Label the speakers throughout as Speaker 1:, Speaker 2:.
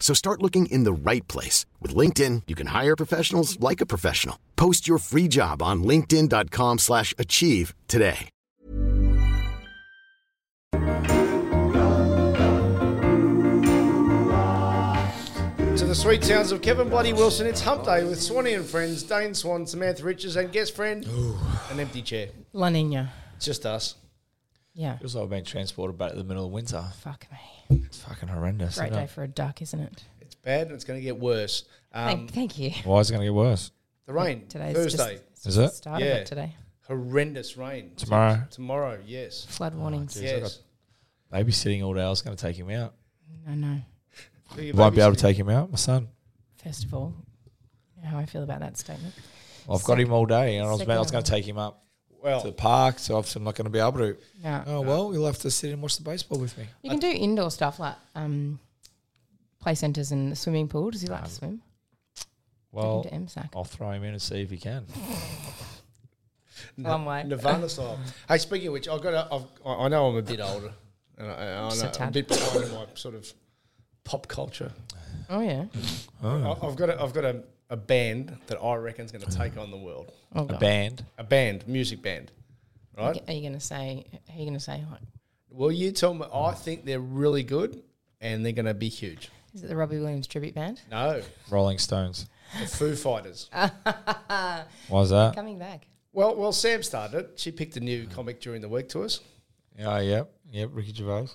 Speaker 1: So start looking in the right place. With LinkedIn, you can hire professionals like a professional. Post your free job on linkedin.com/achieve slash achieve today.
Speaker 2: To the sweet sounds of Kevin Bloody Wilson, it's Hump Day with Swanee and friends, Dane Swan, Samantha Richards, and guest friend, an empty chair.
Speaker 3: La Nina.
Speaker 2: It's just us.
Speaker 3: Yeah.
Speaker 4: Feels like I've been transported back to the middle of winter.
Speaker 3: Fuck me.
Speaker 4: It's fucking horrendous.
Speaker 3: Great
Speaker 4: isn't
Speaker 3: day
Speaker 4: it?
Speaker 3: for a duck, isn't it?
Speaker 2: It's bad and it's going to get worse. Um,
Speaker 3: thank, thank you.
Speaker 4: Why is it going to get worse?
Speaker 2: the rain
Speaker 3: Today's
Speaker 2: Thursday,
Speaker 3: just
Speaker 4: Is it?
Speaker 3: start
Speaker 2: Yeah.
Speaker 3: of it today.
Speaker 2: horrendous rain.
Speaker 4: Tomorrow.
Speaker 2: Tomorrow, yes,
Speaker 3: Flood warnings.
Speaker 2: yes.
Speaker 4: Babysitting all day. I was going to take him out.
Speaker 3: I know.
Speaker 2: Who you
Speaker 4: Won't be able to
Speaker 2: babysitting?
Speaker 4: take him out, my son.
Speaker 3: First of all, you know how I feel about that statement.
Speaker 4: I've got him all day, and I was,
Speaker 3: Second
Speaker 4: man, I was
Speaker 3: of
Speaker 4: going
Speaker 3: all.
Speaker 4: to take him up to the
Speaker 2: Well,
Speaker 4: park, so obviously I'm not going to be able to.
Speaker 3: No.
Speaker 4: Oh well, you'll have to sit and watch the baseball with me.
Speaker 3: You can do indoor stuff like um, play centres and the swimming pool. Does he
Speaker 2: Um,
Speaker 3: like to swim?
Speaker 4: Well,
Speaker 3: Take him to MSAC.
Speaker 4: I'll throw him in and see if he can.
Speaker 3: Long way.
Speaker 2: Nirvana style. hey, speaking of which, I've got. A, I've, I I know I'm a bit older, and I, I, I
Speaker 3: Just a
Speaker 2: know I'm a
Speaker 3: tad.
Speaker 2: bit behind in my sort of pop culture.
Speaker 3: Oh yeah.
Speaker 2: I, I've got. A, I've got a, a band that I reckon's going to take on the world.
Speaker 3: Oh
Speaker 4: A
Speaker 3: god.
Speaker 4: band.
Speaker 2: A band, music band, right?
Speaker 3: Are you gonna say? Are you gonna say like?
Speaker 2: Well, you tell me. I think they're really good, and they're going to be huge.
Speaker 3: Is it the Robbie Williams tribute band
Speaker 2: No,
Speaker 4: Rolling Stones.
Speaker 2: the Foo Fighters.
Speaker 3: Uh,
Speaker 4: Why is that?
Speaker 3: coming back?
Speaker 2: Well, well, Sam started it. She picked a new
Speaker 4: Mm.
Speaker 2: comic during the week to us.
Speaker 4: Oh yeah, yeah. Ricky Gervais.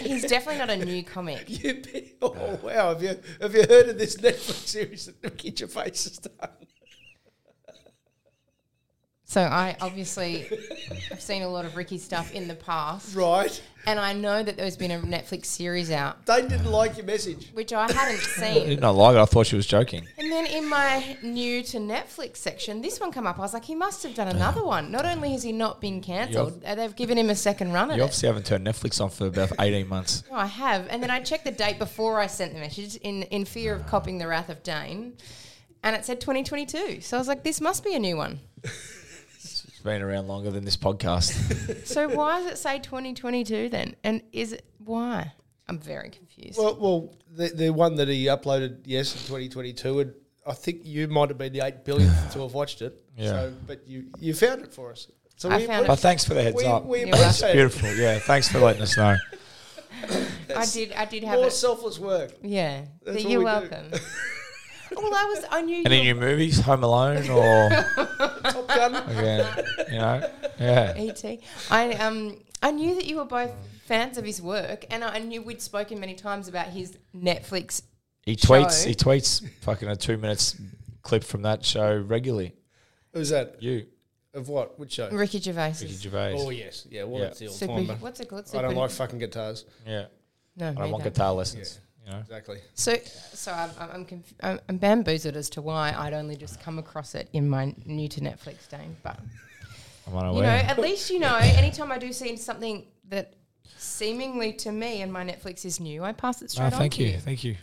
Speaker 3: He's definitely not a new comic.
Speaker 2: You pick- oh wow! Have you have you heard of this Netflix series that Ricky Gervais has done?
Speaker 3: So I obviously have seen a lot of Ricky stuff in the past,
Speaker 2: Right?
Speaker 3: and I know that there's been a Netflix series out
Speaker 2: Dane didn't
Speaker 4: Uh.
Speaker 2: like your message.
Speaker 3: which I hadn't
Speaker 4: I
Speaker 3: seen.
Speaker 4: did not like it. I thought she was joking.
Speaker 3: And then in my new to Netflix section, this one come up. I was like, he must have done another one. Not only has he not been cancelled, uh, they've given him a second run at
Speaker 4: You
Speaker 3: it.
Speaker 4: obviously haven't turned Netflix on for about eighteen months.
Speaker 3: No, I have. And then I checked the date before I sent the message in, in fear of copying the wrath of Dane. And it said 2022. So I was like, this must be a new one.
Speaker 4: It's been around longer than this podcast.
Speaker 3: So why does it say 2022 then? And is it why? I'm very confused.
Speaker 2: Well, well, the the one that he uploaded yes in 2022, and I think you might have been the eight billionth to have watched it.
Speaker 4: Yeah.
Speaker 2: So, but you you found it for us. So
Speaker 3: I found
Speaker 4: But thanks for the heads
Speaker 2: We,
Speaker 4: up.
Speaker 2: we
Speaker 3: welcome.
Speaker 4: That's
Speaker 2: appreciate it.
Speaker 4: beautiful. Yeah, thanks for letting us know.
Speaker 3: I did I did have
Speaker 2: More
Speaker 3: it.
Speaker 2: selfless work.
Speaker 3: yeah.
Speaker 2: That's what
Speaker 3: You're
Speaker 2: we do.
Speaker 3: welcome. well, I was I knew
Speaker 4: Any
Speaker 3: you
Speaker 4: new movies? Home Alone or
Speaker 2: Top Gun.
Speaker 4: yeah, you know, yeah.
Speaker 3: ET. E I um I knew that you were both fans of his work, and I knew we'd spoken many times about his Netflix.
Speaker 4: He tweets.
Speaker 3: Show.
Speaker 4: He tweets fucking a two minutes clip from that show regularly.
Speaker 2: Who's that?
Speaker 4: You,
Speaker 2: Of what? Which show?
Speaker 3: Ricky Gervais.
Speaker 4: Ricky Gervais.
Speaker 2: Oh yes, yeah. Well,
Speaker 4: Yeah.
Speaker 2: that's the old
Speaker 3: Super,
Speaker 2: time. but
Speaker 3: what's it called?
Speaker 2: I don't
Speaker 3: Super-
Speaker 2: like fucking guitars.
Speaker 4: yeah.
Speaker 3: No,
Speaker 4: I don't want guitar lessons. You know.
Speaker 2: Exactly.
Speaker 3: So, so I'm I'm, I'm, conf- I'm I'm bamboozled as to why I'd only just come across it in my new to Netflix game. But
Speaker 4: I'm unaware. Ah,
Speaker 3: you know, at least you know. Anytime I do see something that seemingly to me and my Netflix is new, I pass it straight
Speaker 4: Ah,
Speaker 3: on
Speaker 4: thank
Speaker 3: to
Speaker 4: you.
Speaker 3: you.
Speaker 4: thank you.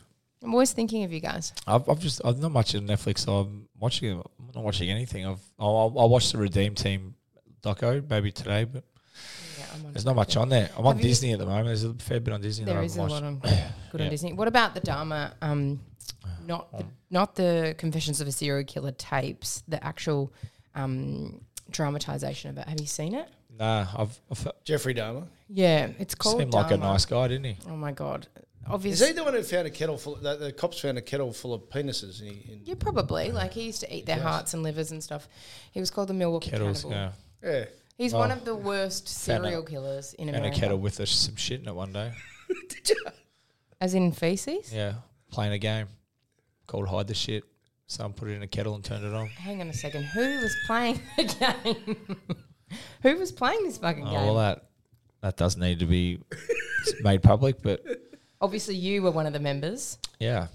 Speaker 3: I'm always thinking of you guys.
Speaker 4: I've, I've just I'm not much in Netflix. So I'm watching. I'm not watching anything. I've I'll, I'll watch the Redeem Team doco maybe today, but
Speaker 3: Yeah, I'm on
Speaker 4: there's not much on there. I'm on
Speaker 3: Have you-
Speaker 4: Disney at the moment. There's a fair bit on Disney. that I
Speaker 3: There
Speaker 4: haven't
Speaker 3: is a
Speaker 4: watched.
Speaker 3: lot on good on
Speaker 4: Yeah. Oh.
Speaker 3: Disney. What about the Dharma? Um, not the, not the Confessions of a Serial Killer tapes. The actual um, dramatization of it. Have you seen it?
Speaker 4: Nah, I've, I've
Speaker 2: Jeffrey Dahmer.
Speaker 3: Yeah, it's called.
Speaker 4: seemed like a
Speaker 3: Dharma.
Speaker 4: nice guy, didn't he?
Speaker 3: Oh my god!
Speaker 2: Is
Speaker 3: Obviously,
Speaker 2: he the one who found a kettle full? The, the cops found a kettle full of penises. And he, and,
Speaker 3: yeah, probably. Like he used to eat their hearts and livers and stuff. He was called the Milwaukee
Speaker 4: Kettles,
Speaker 3: Cannibal.
Speaker 4: yeah.
Speaker 2: yeah.
Speaker 3: He's one of the worst
Speaker 4: found a-
Speaker 3: serial killers in
Speaker 4: And
Speaker 3: America.
Speaker 4: a kettle with a, some shit in it one day.
Speaker 3: As in feces?
Speaker 4: Yeah, playing a game called Hide the Shit. Someone put it in a kettle and turned it on.
Speaker 3: Hang on a second. Who was playing the game? Who was playing this fucking
Speaker 4: Oh,
Speaker 3: game?
Speaker 4: well, that that does need to be made public, but
Speaker 3: Obviously, you were one of the members
Speaker 4: yeah,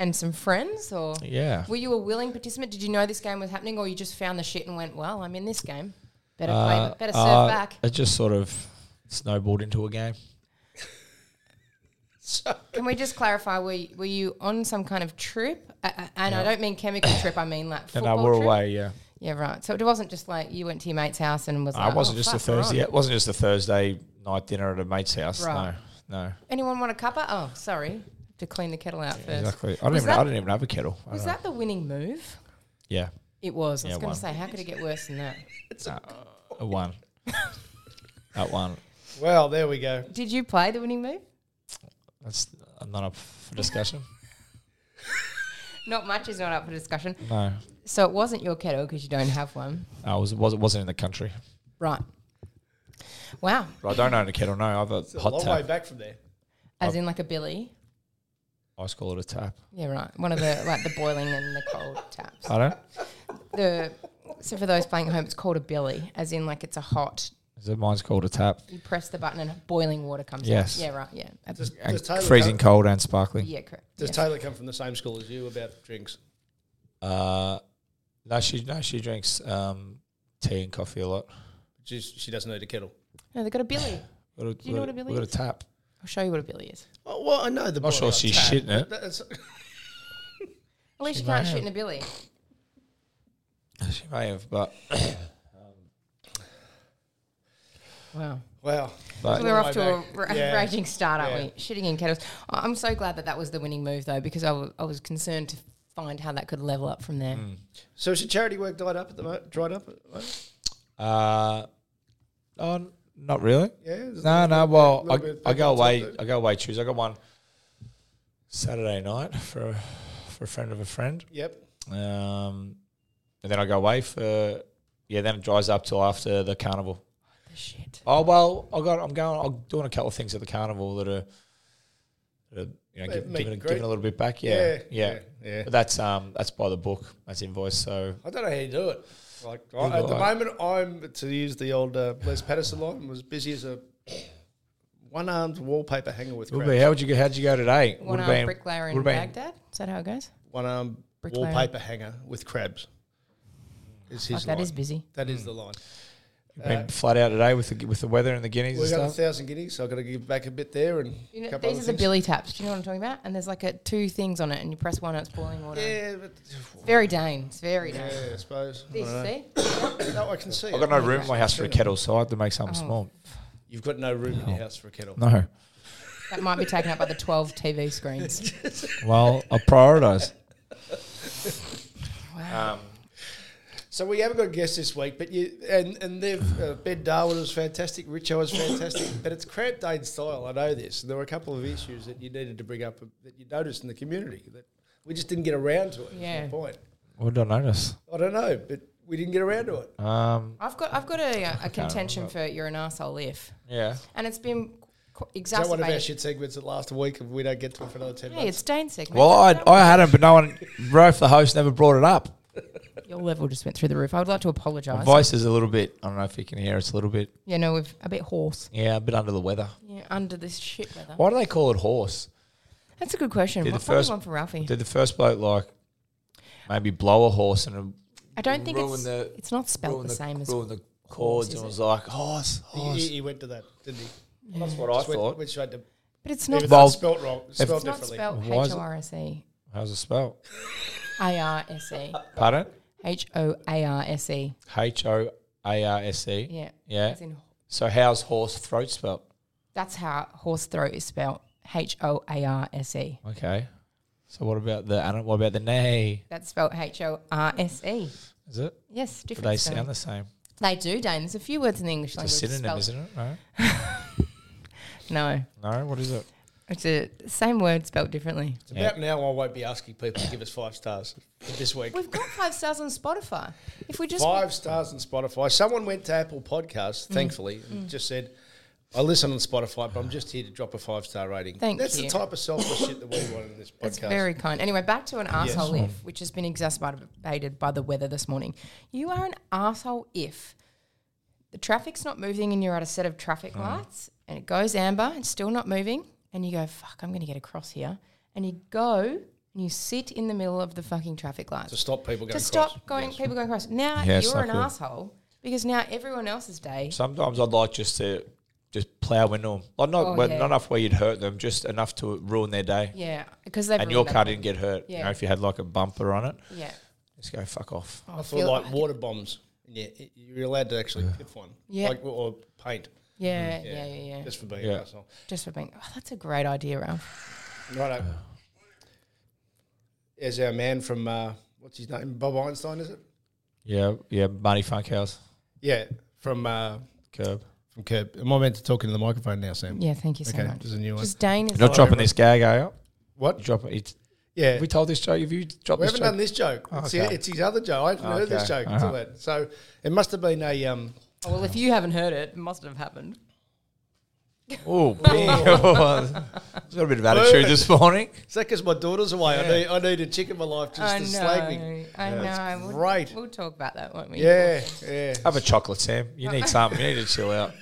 Speaker 3: and some friends, or
Speaker 4: yeah.
Speaker 3: were you a willing participant? Did you know this game was happening, or you just found the shit and went, "Well, I'm in this game. Better play, better surf
Speaker 4: Uh,
Speaker 3: back."
Speaker 4: It just sort of snowballed into a game.
Speaker 3: Can we just clarify? Were you, were you on some kind of trip? Uh, uh, and I don't mean chemical trip. I mean like
Speaker 4: And
Speaker 3: football
Speaker 4: we're
Speaker 3: trip.
Speaker 4: away, yeah.
Speaker 3: Yeah, right. So it wasn't just like you went to your mate's house and was.
Speaker 4: I
Speaker 3: like, "Oh,
Speaker 4: wasn't just a
Speaker 3: fuck, we're on."
Speaker 4: Thursday. It wasn't just a Thursday night dinner at a mate's house.
Speaker 3: Right.
Speaker 4: No, no,
Speaker 3: Anyone want a cuppa? Oh, sorry. To clean the kettle out first.
Speaker 4: exactly. I don't
Speaker 3: Was
Speaker 4: even.
Speaker 3: that-
Speaker 4: I didn't even have a kettle. I
Speaker 3: Was
Speaker 4: don't know.
Speaker 3: that the winning move?
Speaker 4: Yeah,
Speaker 3: It was. I
Speaker 4: Yeah,
Speaker 3: was going
Speaker 4: one.
Speaker 3: to say, how could it get worse than that?
Speaker 4: a one. that one.
Speaker 2: Well, there we go.
Speaker 3: Did you play the winning move?
Speaker 4: That's not up for discussion.
Speaker 3: Not much is not up for discussion.
Speaker 4: no,
Speaker 3: So it wasn't your kettle because you don't have one.
Speaker 4: I was, was wasn't in the country.
Speaker 3: Right. Wow.
Speaker 4: But I don't own a kettle. No, I have a
Speaker 2: It's a
Speaker 4: hot
Speaker 2: long way
Speaker 4: tap.
Speaker 2: back from there.
Speaker 3: As in like a billy.
Speaker 4: I just call it a tap.
Speaker 3: Oh. Yeah, right. One of the like the boiling and the cold taps.
Speaker 4: I don't.
Speaker 3: The so for those playing at home, it's called a billy, as in like it's a hot.
Speaker 4: Is it mine's called a tap?
Speaker 3: You press the button and boiling water comes
Speaker 4: Yes.
Speaker 3: out. Yeah, right. Yeah. A-
Speaker 2: Does,
Speaker 4: And
Speaker 2: does Taylor
Speaker 4: freezing
Speaker 2: Come,
Speaker 4: cold and sparkling.
Speaker 3: yeah, correct.
Speaker 2: does
Speaker 3: Yeah.
Speaker 2: Taylor come from the same school as you about drinks?
Speaker 4: Uh, no, she no she drinks um, tea and coffee a lot.
Speaker 2: She's, she doesn't need a kettle.
Speaker 3: No, they got a billy.
Speaker 4: Do
Speaker 3: you know what a billy
Speaker 4: We've got
Speaker 3: is?
Speaker 4: a tap.
Speaker 3: I'll show you what a billy is.
Speaker 2: Oh, well, I know the.
Speaker 4: Not sure
Speaker 2: boiling
Speaker 4: she's
Speaker 2: tap,
Speaker 4: shitting
Speaker 2: but
Speaker 4: it.
Speaker 2: that's-
Speaker 3: At least
Speaker 4: She
Speaker 3: you can't
Speaker 4: may
Speaker 3: shit
Speaker 4: have.
Speaker 3: in a billy.
Speaker 4: She may have, but,
Speaker 3: Wow.
Speaker 2: Wow.
Speaker 4: but
Speaker 3: We're off to a
Speaker 2: back.
Speaker 3: ra-
Speaker 2: Yeah.
Speaker 3: raging start, aren't
Speaker 2: Yeah.
Speaker 3: we? Shitting in kettles. I- I'm so glad that that was the winning move, though, because I wa- I was concerned to find how that could level up from there.
Speaker 4: Mm.
Speaker 2: So is your charity work dried up at the moment? Dried up? At the moment?
Speaker 4: uh, oh, n- not really.
Speaker 2: Yeah. is it-
Speaker 4: No, no. Well,
Speaker 2: little bit
Speaker 4: I, I
Speaker 2: back
Speaker 4: go
Speaker 2: on top
Speaker 4: away.
Speaker 2: there.
Speaker 4: I go away Tuesday. I got one Saturday night for a, for a friend of a friend,
Speaker 2: Yep.
Speaker 4: um, and then I go away for yeah. Then it dries up till after the carnival.
Speaker 3: Shit.
Speaker 4: Oh well, I got. I'm going. I'm doing a couple of things at the carnival that are, that are you know, give,
Speaker 2: meet and
Speaker 4: giving, a-
Speaker 2: greet.
Speaker 4: giving a little bit back. Yeah, yeah.
Speaker 2: yeah, yeah.
Speaker 4: But that's um, that's by the book. That's invoice. So
Speaker 2: I don't know how you do it. Like I, at
Speaker 4: do
Speaker 2: the
Speaker 4: I?
Speaker 2: moment, I'm to use the old uh, Les Patterson line. Was busy as a one-armed wallpaper hanger with
Speaker 4: Would be,
Speaker 2: crap.
Speaker 4: how would you go? How'd you go today?
Speaker 3: One
Speaker 4: Would've
Speaker 3: armed bricklayer in
Speaker 4: would've been-
Speaker 3: Baghdad. Is that how it goes?
Speaker 2: One-armed
Speaker 3: Bricklayer.
Speaker 2: wallpaper hanger with crabs. Is his
Speaker 3: Fuck, that
Speaker 2: line.
Speaker 3: is busy.
Speaker 2: That is the line.
Speaker 4: been flat out today with the with the weather and the guineas and
Speaker 2: We've got a
Speaker 4: stuff.
Speaker 2: thousand guineas, so I've got to give back a bit there and
Speaker 3: You know,
Speaker 2: a couple
Speaker 3: these are
Speaker 2: other
Speaker 3: the
Speaker 2: things.
Speaker 3: billy taps. Do you know what I'm talking about? And there's like a, two things on it, and you press one, and it's boiling water.
Speaker 2: Yeah, but
Speaker 3: Very Dane. It's very Dane.
Speaker 2: yeah, I suppose. I
Speaker 3: This,
Speaker 2: don't know.
Speaker 3: see?
Speaker 2: No, I can see.
Speaker 4: I've
Speaker 2: it.
Speaker 4: got no room in my house for a kettle, so I had to make something
Speaker 3: Oh.
Speaker 4: small.
Speaker 2: You've got no room in your house for a kettle.
Speaker 4: No.
Speaker 3: That might be taken up by the 12 TV screens.
Speaker 4: Well, I prioritise.
Speaker 2: Um, So we haven't got guests this week, but you and and they've uh, Ben Darwin was fantastic, Richo was fantastic, but it's Crab Dane style. I know this, and there were a couple of issues that you needed to bring up uh, that you noticed in the community that we just didn't get around to it. is my
Speaker 3: Yeah.
Speaker 2: point.
Speaker 4: What did I notice?
Speaker 2: I don't know, but we didn't get around to it.
Speaker 3: Uh-huh.
Speaker 4: Um,
Speaker 3: I've got I've got a, a contention for you're an arsehole if.
Speaker 4: yeah.
Speaker 3: And it's been qu-
Speaker 2: Is that one of our
Speaker 3: exacerbated.
Speaker 2: shit segments that last a week, and we don't get to it for another ten
Speaker 3: Hey,
Speaker 2: minutes?
Speaker 3: it's Dane's segment.
Speaker 4: Well, I I hadn't, but no one, Rofe, the host, never brought it up.
Speaker 3: Your level just went through the roof. Oh, I would like to apologise.
Speaker 4: Voice is a little bit. I don't know if you can hear. It's a little bit.
Speaker 3: Yeah, no, we've a bit hoarse.
Speaker 4: Yeah, a bit under the weather.
Speaker 3: Yeah, under this shit weather.
Speaker 4: Why do they call it horse?
Speaker 3: That's a good question.
Speaker 4: Did the
Speaker 3: What probably
Speaker 4: first-
Speaker 3: one for Ralphie?
Speaker 4: Did the first bloke like maybe blow a horse and
Speaker 3: I don't think
Speaker 4: ruin
Speaker 3: it's
Speaker 4: the
Speaker 3: it's not spelt
Speaker 4: ruin
Speaker 3: the same as
Speaker 4: ruin the chords
Speaker 3: is
Speaker 4: and
Speaker 3: it?
Speaker 4: was like horse,
Speaker 2: He- he,
Speaker 4: horse?
Speaker 2: he went to that, didn't he?
Speaker 4: That's what I
Speaker 2: Just went-
Speaker 4: thought.
Speaker 2: Went straight to
Speaker 3: But it's not
Speaker 4: Even
Speaker 3: it's
Speaker 4: though-
Speaker 2: well,
Speaker 4: Well,
Speaker 2: spelt wrong,
Speaker 4: if-
Speaker 2: spelled
Speaker 4: It's
Speaker 3: not
Speaker 2: differently.
Speaker 3: spelt H
Speaker 4: Why is it-
Speaker 3: O R S E.
Speaker 4: How's it spelled?
Speaker 3: A R S E.
Speaker 4: Pardon?
Speaker 3: H O A R S E.
Speaker 4: H o a r s e.
Speaker 3: Yeah.
Speaker 4: Yeah.
Speaker 3: As in,
Speaker 4: So how's horse throat spelled?
Speaker 3: that's how horse throat is spelt. H O A R S E.
Speaker 4: Okay. So what about the animal? What about the neigh?
Speaker 3: That's spelled H O R S E.
Speaker 4: Is it?
Speaker 3: Yes,
Speaker 4: Do
Speaker 3: different.
Speaker 4: they
Speaker 3: spelling.
Speaker 4: sound the same?
Speaker 3: They do, Dane. There's a few words in the English
Speaker 4: It's a
Speaker 3: language.
Speaker 4: synonym,
Speaker 3: spelled-
Speaker 4: isn't it? No,
Speaker 3: No,
Speaker 4: no. What is it?
Speaker 3: it's a same word spelled differently.
Speaker 2: It's about now I won't be asking people to give us five stars this week.
Speaker 3: We've got five stars on Spotify. If we just
Speaker 2: Five stars on Spotify. Someone went to Apple Podcasts,
Speaker 3: Mm.
Speaker 2: thankfully, and just said, I listen on Spotify, but I'm just here to drop a five star rating.
Speaker 3: Thank
Speaker 2: That's
Speaker 3: you.
Speaker 2: the type of selfless shit that we want in this podcast.
Speaker 3: That's very kind. Anyway, back to an asshole if, which has been exacerbated by the weather this morning. You are an asshole if the traffic's not moving and you're at a set of
Speaker 2: Hmm.
Speaker 3: traffic lights and it goes amber and still not moving and you go, fuck, I'm going to get across here. And you go and you sit in the middle of the fucking traffic lights
Speaker 2: to stop people going
Speaker 3: to
Speaker 2: across.
Speaker 3: stop going, people going across. Now
Speaker 4: Yeah, it's
Speaker 3: you're an
Speaker 4: not good.
Speaker 3: asshole because now everyone else's day.
Speaker 4: Sometimes I'd like just to just plow into them, like not
Speaker 3: Oh,
Speaker 4: but
Speaker 3: yeah.
Speaker 4: not enough where you'd hurt them, just enough to ruin their day.
Speaker 3: Yeah, because they've
Speaker 4: and your
Speaker 3: ruined
Speaker 4: car
Speaker 3: it.
Speaker 4: didn't get hurt. You
Speaker 3: Yeah.
Speaker 4: know, if you had like a bumper on it,
Speaker 3: Yeah,
Speaker 4: just go fuck off.
Speaker 3: Oh,
Speaker 2: I
Speaker 3: feel-
Speaker 2: feel like water bombs. Yeah, it- you're allowed to actually piff one.
Speaker 3: Yeah.
Speaker 2: Like, or paint.
Speaker 3: yeah,
Speaker 2: Mm.
Speaker 3: yeah, yeah, yeah.
Speaker 2: Just for being
Speaker 4: Yeah.
Speaker 2: an asshole.
Speaker 3: Just for being, oh, that's a great idea, Ralph.
Speaker 2: Righto. There's our man from, uh, what's his name? Bob Einstein, is it?
Speaker 4: Yeah, yeah. Money funk house
Speaker 2: Yeah, from uh,
Speaker 4: curb.
Speaker 2: from Curb. Am I meant to talk into the microphone now, Sam?
Speaker 3: Yeah, thank you so
Speaker 2: Okay,
Speaker 3: much.
Speaker 2: there's a new one.
Speaker 3: Just Dane is
Speaker 4: You're not dropping this gag, are you?
Speaker 2: What?
Speaker 4: You drop it. It's,
Speaker 2: Yeah.
Speaker 4: have we told this joke? Have you dropped
Speaker 2: We
Speaker 4: this
Speaker 2: haven't
Speaker 4: joke?
Speaker 2: done this joke.
Speaker 4: Oh,
Speaker 2: it's,
Speaker 4: okay.
Speaker 2: it's his other joke. I haven't heard this
Speaker 4: Okay.
Speaker 2: joke until
Speaker 4: Uh-huh.
Speaker 2: that. So it must have been a. Um,
Speaker 3: Oh, well, if you haven't heard it, it must have happened.
Speaker 4: Oh, He's got a bit of attitude this morning.
Speaker 2: is that because my daughter's away? I, need, I need a chick in my life just
Speaker 3: I
Speaker 2: to
Speaker 3: know.
Speaker 2: slag me.
Speaker 3: I
Speaker 2: Yeah.
Speaker 3: know.
Speaker 2: It's
Speaker 3: We'll,
Speaker 2: great.
Speaker 3: We'll talk about that, won't we?
Speaker 2: Yeah, yeah.
Speaker 4: Have a chocolate, Sam. You need something. You need to chill out.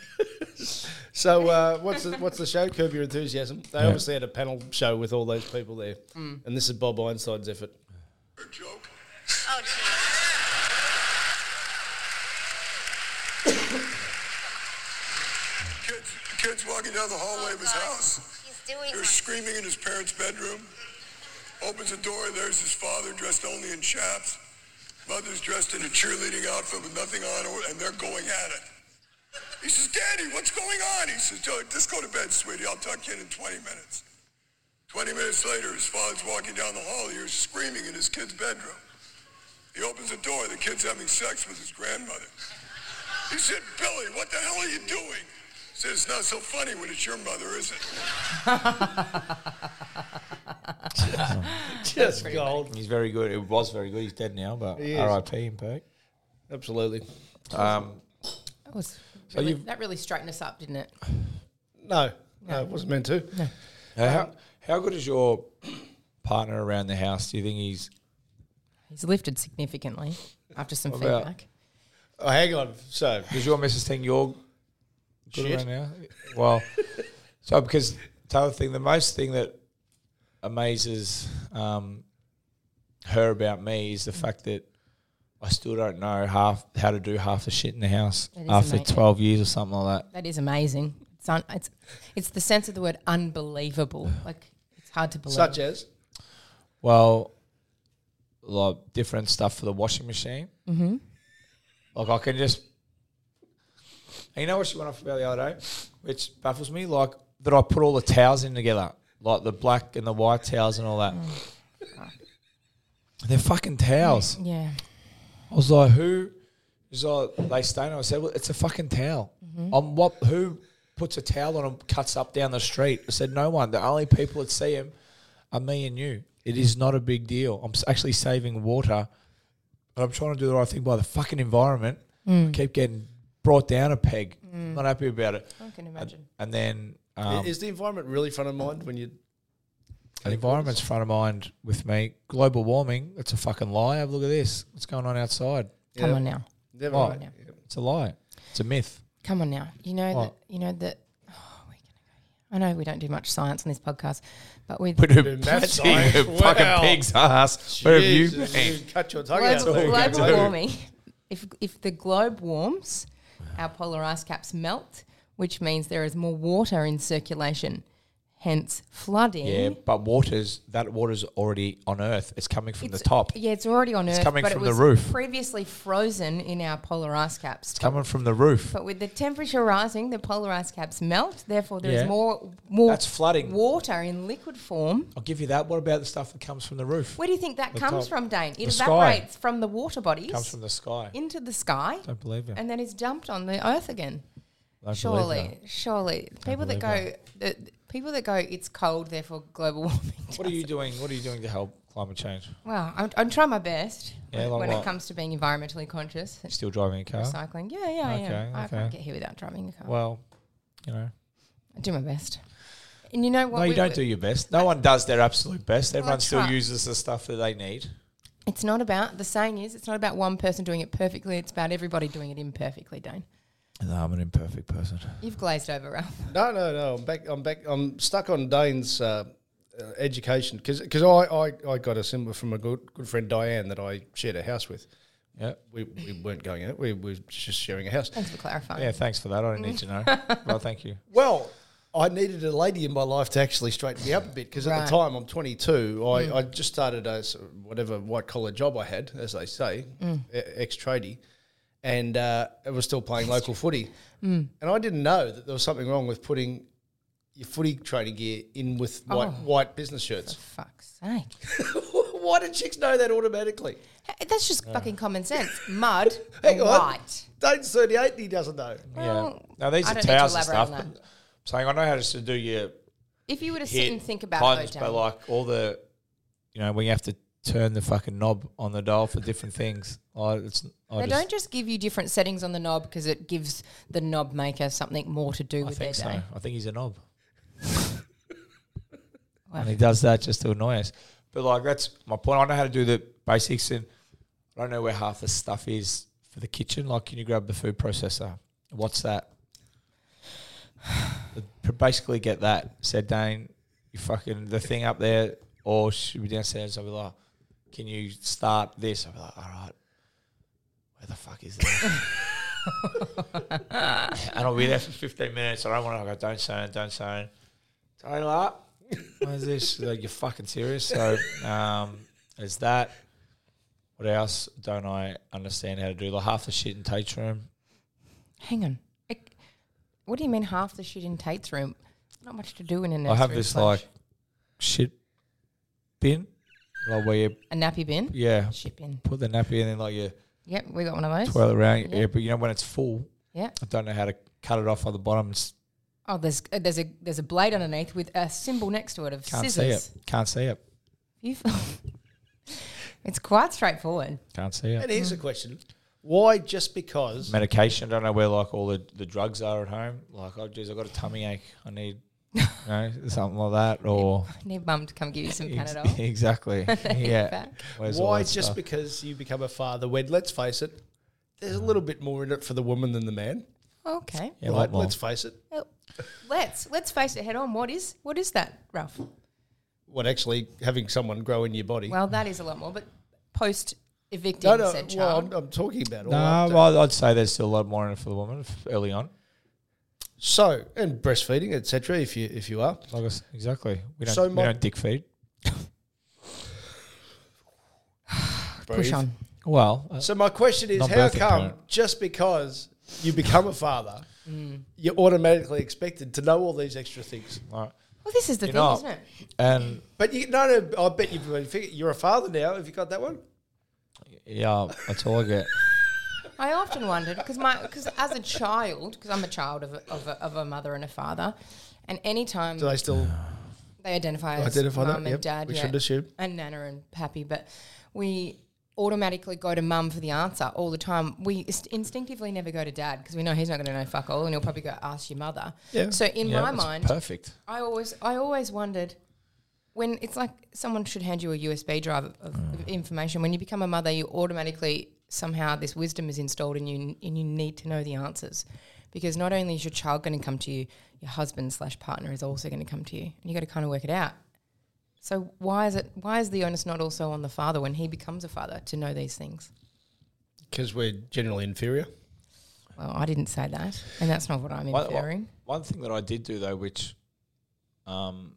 Speaker 2: So uh, what's the, what's the show? Curb Your Enthusiasm. They obviously had a panel show with all those people there,
Speaker 3: Mm.
Speaker 2: and this is Bob Einstein's effort.
Speaker 5: Oh,
Speaker 6: Kids, kids walking down the hallway of his house.
Speaker 5: Oh, He's doing
Speaker 6: He was screaming in his parents' bedroom. Opens the door, and there's his father dressed only in chaps. Mother's dressed in a cheerleading outfit with nothing on, or- and they're going at it. He says, Daddy, what's going on? He says, "Joe, just go to bed, sweetie. I'll tuck you in in 20 minutes. 20 minutes later, his father's walking down the hall. He hears screaming in his kid's bedroom. He opens the door. The kid's having sex with his grandmother. He said, Billy, what the hell are you doing? He said, it's not so funny when it's your mother, is it?
Speaker 2: Just gold.
Speaker 4: He's very good. It was very good. He's dead now, but
Speaker 2: He is.
Speaker 4: R.I.P. in Perk.
Speaker 2: Absolutely.
Speaker 4: Um,
Speaker 3: That, was
Speaker 4: So
Speaker 3: really-
Speaker 4: you've-
Speaker 3: that really straightened us up, didn't it?
Speaker 2: No, no, it wasn't meant to.
Speaker 4: how, how good is your partner around the house? Do you think he's
Speaker 3: He's lifted significantly after some
Speaker 4: about-
Speaker 3: feedback.
Speaker 2: Oh, hang on. So
Speaker 4: Does your missus think you're good
Speaker 2: Shit.
Speaker 4: right now? Well, so because the other thing, the most thing that amazes um, her about me is the fact that I still don't know half how to do half the shit in the house
Speaker 3: That is
Speaker 4: after
Speaker 3: amazing.
Speaker 4: twelve years or something like that.
Speaker 3: That is amazing. It's, un- it's it's the sense of the word unbelievable. Like it's hard to believe.
Speaker 2: such as
Speaker 4: Well, like different stuff for the washing machine. Mm-hmm. Like I can just. And you know what she went off about the other day, which baffles me, like that I put all the towels in together, like the black and the white towels and all that. They're fucking towels.
Speaker 3: yeah.
Speaker 4: I was like, who? She's like, they stain. it." I said, well, it's a fucking towel.
Speaker 3: Mm-hmm.
Speaker 4: On what? Who puts a towel on and cuts up down the street? I said, no one. The only people that see him are me and you. It is not a big deal. I'm s- actually saving water, and I'm trying to do the right thing by the fucking environment. I
Speaker 3: Mm.
Speaker 4: keep getting brought down a peg. Not happy about it.
Speaker 3: I can imagine.
Speaker 4: And then um,
Speaker 2: is the environment really front of mind when you?
Speaker 4: the environment's front of mind with me. Global warming. It's a fucking lie. Have a look at this. What's going on outside?
Speaker 3: Come
Speaker 2: Yeah.
Speaker 3: on now.
Speaker 2: Never
Speaker 4: Oh,
Speaker 2: mind.
Speaker 4: It's a lie. It's a myth.
Speaker 3: Come on now. You know that
Speaker 4: What?
Speaker 3: you know that oh, we're gonna go here. I know we don't do much science on this podcast, but with
Speaker 4: We do
Speaker 2: Doing
Speaker 4: plenty
Speaker 2: math science.
Speaker 4: of
Speaker 2: Wow.
Speaker 4: fucking pig's ass. Where have you
Speaker 2: Jesus,
Speaker 4: been?
Speaker 2: you cut your tongue out.
Speaker 3: global,
Speaker 2: there.
Speaker 3: global
Speaker 4: do.
Speaker 3: warming. If if the globe warms, our polar ice caps melt, which means there is more water in circulation. hence flooding.
Speaker 4: Yeah, but water's that water's already on Earth. It's coming from the top.
Speaker 3: Yeah, it's already on
Speaker 4: It's
Speaker 3: Earth.
Speaker 4: coming
Speaker 3: but
Speaker 4: from
Speaker 3: it
Speaker 4: the
Speaker 3: was
Speaker 4: roof.
Speaker 3: Previously frozen in our polar ice caps.
Speaker 4: It's coming from the roof.
Speaker 3: But with the temperature rising, the polar ice caps melt. Therefore, there is
Speaker 4: Yeah.
Speaker 3: more more
Speaker 4: That's flooding.
Speaker 3: water in liquid form.
Speaker 4: I'll give you that. What about the stuff that comes from the roof?
Speaker 3: Where do you think that
Speaker 4: The
Speaker 3: comes
Speaker 4: top.
Speaker 3: from, Dane? It
Speaker 4: The sky.
Speaker 3: evaporates from the water bodies
Speaker 4: comes from the sky.
Speaker 3: into the sky,
Speaker 4: Don't believe you.
Speaker 3: and then is dumped on the earth again.
Speaker 4: Don't believe you.
Speaker 3: surely, surely, people that go, the, the people that go, it's cold, therefore global warming.
Speaker 4: What are you doing? What are you doing to help climate change?
Speaker 3: Well, I'm, I'm trying my best
Speaker 4: Yeah, like
Speaker 3: when
Speaker 4: what?
Speaker 3: it comes to being environmentally conscious.
Speaker 4: You still driving a car?
Speaker 3: Recycling, yeah, yeah,
Speaker 4: Okay,
Speaker 3: yeah. I
Speaker 4: okay.
Speaker 3: can't get here without driving a car.
Speaker 4: Well, you know.
Speaker 3: I do my best, and you know what?
Speaker 4: no, you
Speaker 3: We-
Speaker 4: don't do your best. No one does their absolute best. Everyone still
Speaker 3: try.
Speaker 4: uses the stuff that they need.
Speaker 3: It's not about the saying is it's not about one person doing it perfectly. It's about everybody doing it imperfectly. Dane,
Speaker 4: No, I'm an imperfect person.
Speaker 3: you've glazed over, Ralph.
Speaker 2: No, no, no. I'm back. I'm back. I'm stuck on Dane's uh, uh, education because I, I I got a similar from a good good friend Diane that I shared a house with.
Speaker 4: Yeah.
Speaker 2: We, we weren't going out. We were just sharing a house.
Speaker 3: Thanks for clarifying.
Speaker 4: Yeah, thanks for that. I don't need to know. well, thank you.
Speaker 2: Well, I needed a lady in my life to actually straighten me up a bit because at
Speaker 3: Right.
Speaker 2: the time I'm 22. I,
Speaker 3: Mm.
Speaker 2: I just started a s- whatever white collar job I had, as they say,
Speaker 3: Mm.
Speaker 2: ex tradie, e, and uh, I was still playing local footy. And I didn't know that there was something wrong with putting your footy training gear in with
Speaker 3: Oh.
Speaker 2: white, white business shirts.
Speaker 3: Fuck's sake,
Speaker 2: Why did chicks know that automatically?
Speaker 3: Hey, that's just fucking common sense. Mud,
Speaker 2: Hang on.
Speaker 3: right?
Speaker 2: Dane's 38 and he doesn't know.
Speaker 3: Well,
Speaker 4: yeah. Now these
Speaker 3: I
Speaker 4: are
Speaker 3: don't need to
Speaker 4: towels
Speaker 3: elaborate
Speaker 4: and stuff.
Speaker 3: on
Speaker 4: But
Speaker 3: that.
Speaker 4: I'm saying I know how to do your
Speaker 3: If you were to
Speaker 4: hit
Speaker 3: sit and think about
Speaker 4: times,
Speaker 3: it, though,
Speaker 4: but
Speaker 3: Dane,
Speaker 4: like all the, you know, when you have to turn the fucking knob on the dial for different things. I it's I
Speaker 3: they
Speaker 4: just,
Speaker 3: don't just give you different settings on the knob because it gives the knob maker something more to do
Speaker 4: I
Speaker 3: with their
Speaker 4: think so.
Speaker 3: day.
Speaker 4: I think he's a knob. and he does that just to annoy us. But like that's my point. I know how to do the basics and I don't know where half the stuff is for the kitchen. Like can you grab the food processor? What's that? P- Basically get that, said Dane, you fucking the thing up there or should be downstairs, I'll be like, Can you start this? I'll be like, All right. Where the fuck is that? and I'll be there for 15 minutes. I don't want to go, don't sign, don't sign. Taylor, what is this? Like, you're fucking serious. So, um, it's that. What else don't I understand how to do? Like, half the shit in Tate's room.
Speaker 3: Hang on. Ec- What do you mean half the shit in Tate's room? Not much to do in a nursery.
Speaker 4: I have this,
Speaker 3: slash
Speaker 4: like, shit bin. Like, where you,
Speaker 3: a nappy bin.
Speaker 4: yeah,
Speaker 3: Shit bin.
Speaker 4: put the nappy and then, like, you
Speaker 3: Yep, we got one of those.
Speaker 4: twirl it around. Yeah, but you know, when it's full,
Speaker 3: Yeah.
Speaker 4: I don't know how to cut it off on the bottom. It's,
Speaker 3: Oh, there's uh, there's a there's a blade underneath with a symbol next to it of
Speaker 4: can't
Speaker 3: scissors.
Speaker 4: see it. Can't see it.
Speaker 3: You've it's quite straightforward.
Speaker 4: Can't see it.
Speaker 2: And here's a question why just because?
Speaker 4: medication. I don't know where like all the, the drugs are at home. Like, oh geez, I've got a tummy ache. I need you know, something like that or
Speaker 3: Need mum to come give you some
Speaker 4: Ex-
Speaker 3: Panadol.
Speaker 4: exactly. yeah.
Speaker 3: back.
Speaker 4: Where's all
Speaker 2: Why
Speaker 4: that
Speaker 2: just
Speaker 4: stuff?
Speaker 2: because you become a father when, let's face it, there's a little bit more in it for the woman than the man.
Speaker 3: Okay.
Speaker 4: yeah, a
Speaker 2: right?
Speaker 4: lot more.
Speaker 2: Let's face it.
Speaker 3: Well, Let's let's face it head on. What is what is that, Ralph?
Speaker 2: What actually having someone grow in your body?
Speaker 3: Well, that is a lot more. But post evicting
Speaker 2: no, no.
Speaker 3: said
Speaker 2: Well,
Speaker 3: child.
Speaker 2: I'm, I'm talking about all
Speaker 4: no,
Speaker 2: that.
Speaker 4: well, I'd say there's still a lot more in it for the woman f- early on.
Speaker 2: So and breastfeeding, etc. If you if you are,
Speaker 4: Like I s- exactly. We don't
Speaker 2: So
Speaker 4: we
Speaker 2: my-
Speaker 4: don't dick feed.
Speaker 3: Push
Speaker 2: Breathe.
Speaker 3: on.
Speaker 4: Well, uh,
Speaker 2: So my question is,
Speaker 4: Not
Speaker 2: how
Speaker 4: birthing
Speaker 2: come
Speaker 4: parent.
Speaker 2: just because you become a father, you're automatically expected to know all these extra things?
Speaker 4: all right.
Speaker 3: Well, this is the
Speaker 4: You're
Speaker 3: thing,
Speaker 4: not.
Speaker 3: isn't it?
Speaker 4: and
Speaker 2: But you no, no. I bet you've been figured- you're a father now. Have you got that one?
Speaker 4: yeah, that's all I get.
Speaker 3: I often wondered because my because as a child, because I'm a child of a, of, a, of a mother and a father, and any time
Speaker 2: Do they still?
Speaker 3: They identify as
Speaker 2: Identify that,
Speaker 3: mum and
Speaker 2: yep,
Speaker 3: dad.
Speaker 2: we
Speaker 3: yeah,
Speaker 2: should assume.
Speaker 3: And nana and pappy, but we automatically go to mum for the answer all the time. We inst- instinctively never go to dad because we know he's not going to know fuck all, and he'll probably go ask your mother.
Speaker 2: Yeah.
Speaker 3: So in
Speaker 4: Yeah,
Speaker 3: my
Speaker 4: that's
Speaker 3: mind,
Speaker 4: perfect.
Speaker 3: I always I always wondered when it's like someone should hand you a USB drive of, of information. When you become a mother, you automatically somehow this wisdom is installed in you, and you need to know the answers because not only is your child going to come to you, your husband slash partner is also going to come to you, and you got to kind of work it out. So why is it why is the onus not also on the father when he becomes a father to know these things?
Speaker 2: Because we're generally inferior.
Speaker 3: Well, I didn't say that, and that's not what I'm
Speaker 4: One-
Speaker 3: inferring.
Speaker 4: One, one thing that I did do though, which Um,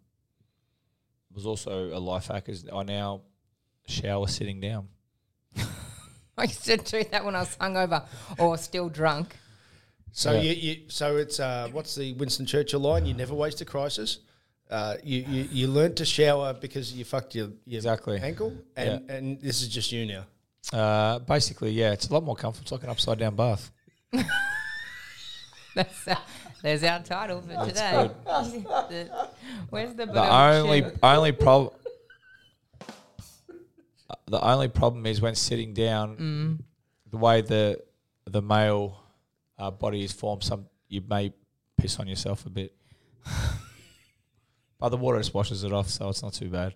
Speaker 4: was also a life hack. Is I now shower sitting down.
Speaker 3: I used to do that when I was hungover or still drunk.
Speaker 2: So
Speaker 4: Yeah.
Speaker 2: you, you so it's uh, what's the Winston Churchill line? You never waste a crisis. Uh, you, you you learned to shower because you fucked your, your
Speaker 4: Exactly.
Speaker 2: ankle, and, and this is just you now.
Speaker 4: Uh, basically, yeah, it's a lot more comfortable. It's like an upside down bath.
Speaker 3: That's uh, there's our title for today. The- Where's the
Speaker 4: The only only problem. The only problem is when sitting down, the way the the male uh, body is formed, some you may piss on yourself a bit. but the water just washes it off, so it's not too bad.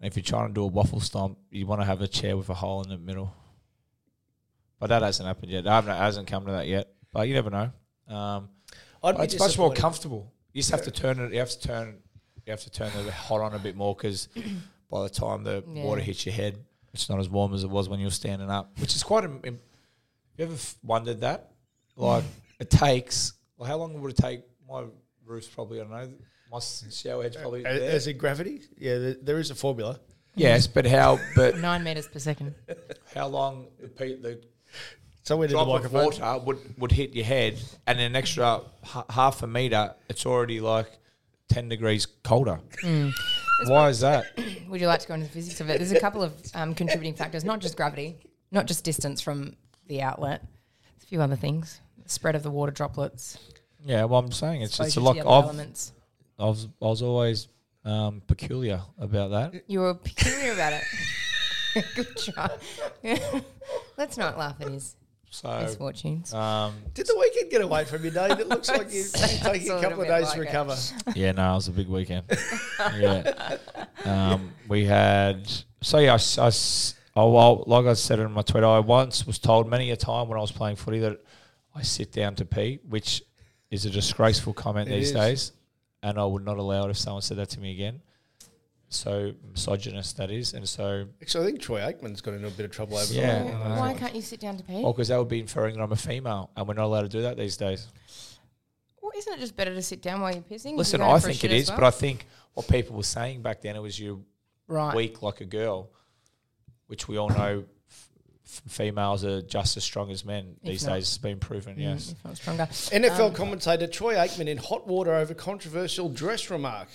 Speaker 4: And if you're trying to do a waffle stomp, you want to have a chair with a hole in the middle. But that hasn't happened yet. I haven't, it hasn't come to that yet. But you never know. Um,
Speaker 2: I'd
Speaker 4: it's much more
Speaker 2: disappointed.
Speaker 4: comfortable. You just have to turn it. You have to turn. You have to turn the hot on a bit more because by the time the
Speaker 3: Yeah.
Speaker 4: water hits your head, it's not as warm as it was when you were standing up, which is quite. Im- im- you ever f- wondered that? Like it takes. Well, how long would it take? My roof's probably I don't know. My s- shower head's probably
Speaker 2: A-
Speaker 4: there.
Speaker 2: As in gravity, yeah, there, there is a formula.
Speaker 4: yes, but how? But
Speaker 3: nine meters per second?
Speaker 4: how long the, pe- the
Speaker 2: Somewhere near the
Speaker 4: drop of
Speaker 2: microphone.
Speaker 4: water would, would hit your head, and an extra h- half a meter, it's already like ten degrees colder. Why is that?
Speaker 3: Would you like to go into the physics of it? There's a couple of um, contributing factors, not just gravity, not just distance from the outlet. There's a few other things. Spread of the water droplets.
Speaker 4: Yeah, well, I'm saying it's it's
Speaker 3: exposure
Speaker 4: a
Speaker 3: to
Speaker 4: lot.
Speaker 3: the other
Speaker 4: I've,
Speaker 3: elements.
Speaker 4: I was I was always um, peculiar about that.
Speaker 3: You were peculiar about it. Good try. Let's not laugh at his
Speaker 4: So
Speaker 3: misfortunes.
Speaker 4: um,
Speaker 2: Did the weekend get away from you, Dave? It looks like you, you're taking
Speaker 3: a
Speaker 2: a
Speaker 3: little
Speaker 2: couple of
Speaker 3: bit
Speaker 2: days
Speaker 3: like
Speaker 2: to
Speaker 3: it.
Speaker 2: recover.
Speaker 4: yeah, no, it was a big weekend. yeah, um, we had so yeah. I, s- I s- oh, well, like I said in my tweet, I once was told many a time when I was playing footy that I sit down to pee, which is a disgraceful comment these
Speaker 2: is.
Speaker 4: days, and I would not allow it if someone said that to me again. So misogynist that is, and so
Speaker 2: Actually, I think Troy Aikman's got into a bit of trouble over
Speaker 4: Yeah.
Speaker 2: the weekend.
Speaker 4: uh,
Speaker 3: Why can't you sit down to pee?
Speaker 4: well because that would be inferring that I'm a female, and we're not allowed to do that these days.
Speaker 3: Well, isn't it just better to sit down while you're pissing? You can
Speaker 4: Listen,
Speaker 3: go
Speaker 4: I
Speaker 3: for a
Speaker 4: think
Speaker 3: shit
Speaker 4: it
Speaker 3: as
Speaker 4: is,
Speaker 3: well.
Speaker 4: but I think what people were saying back then it was you
Speaker 3: right.
Speaker 4: weak like a girl, which we all know f- f- females are just as strong as men
Speaker 3: If
Speaker 4: these
Speaker 3: not. Mm.
Speaker 4: days. It's been proven, yes.
Speaker 3: If not stronger.
Speaker 2: NFL
Speaker 3: Um,
Speaker 2: commentator Troy Aikman in hot water over controversial dress remark.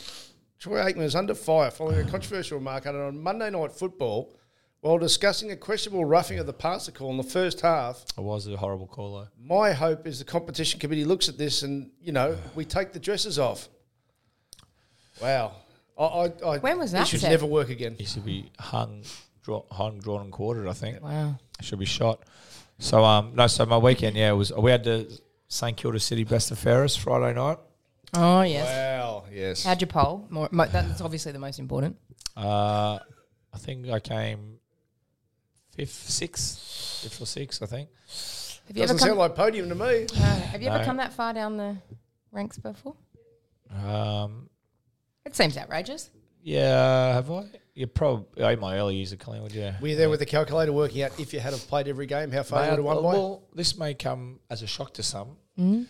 Speaker 2: Troy Aikman is under fire following a controversial remark uttered on Monday Night Football while discussing a questionable roughing of the passer call in the first half.
Speaker 4: It was a horrible call though.
Speaker 2: My hope is the competition committee looks at this and, you know, we take the dresses off. Wow. I, I, I
Speaker 3: When was
Speaker 2: He
Speaker 3: that
Speaker 2: should
Speaker 3: said?
Speaker 2: never work again.
Speaker 4: He should be hung, draw, hung, drawn, and quartered. I think
Speaker 3: Wow.
Speaker 4: should be shot. So um no, so my weekend yeah was we had the St Kilda City Best of Ferris Friday night.
Speaker 3: Oh yes.
Speaker 2: Wow. Yes.
Speaker 3: How'd you poll? More, mo- that's obviously the most important.
Speaker 4: Uh, I think I came fifth, sixth, fifth or sixth. I think.
Speaker 3: Have you ever
Speaker 2: Doesn't
Speaker 3: come?
Speaker 2: sound like podium to me.
Speaker 3: no, have you ever
Speaker 4: No.
Speaker 3: come that far down the ranks before?
Speaker 4: Um,
Speaker 3: It seems outrageous.
Speaker 4: Yeah, have I? Yeah, probably in my early years at Collingwood. Yeah,
Speaker 2: Were you there with the calculator working out if you had have played every game, how far you
Speaker 4: Mate,
Speaker 2: would have won by?
Speaker 4: uh, well, this may come as a shock to some,
Speaker 3: Mm.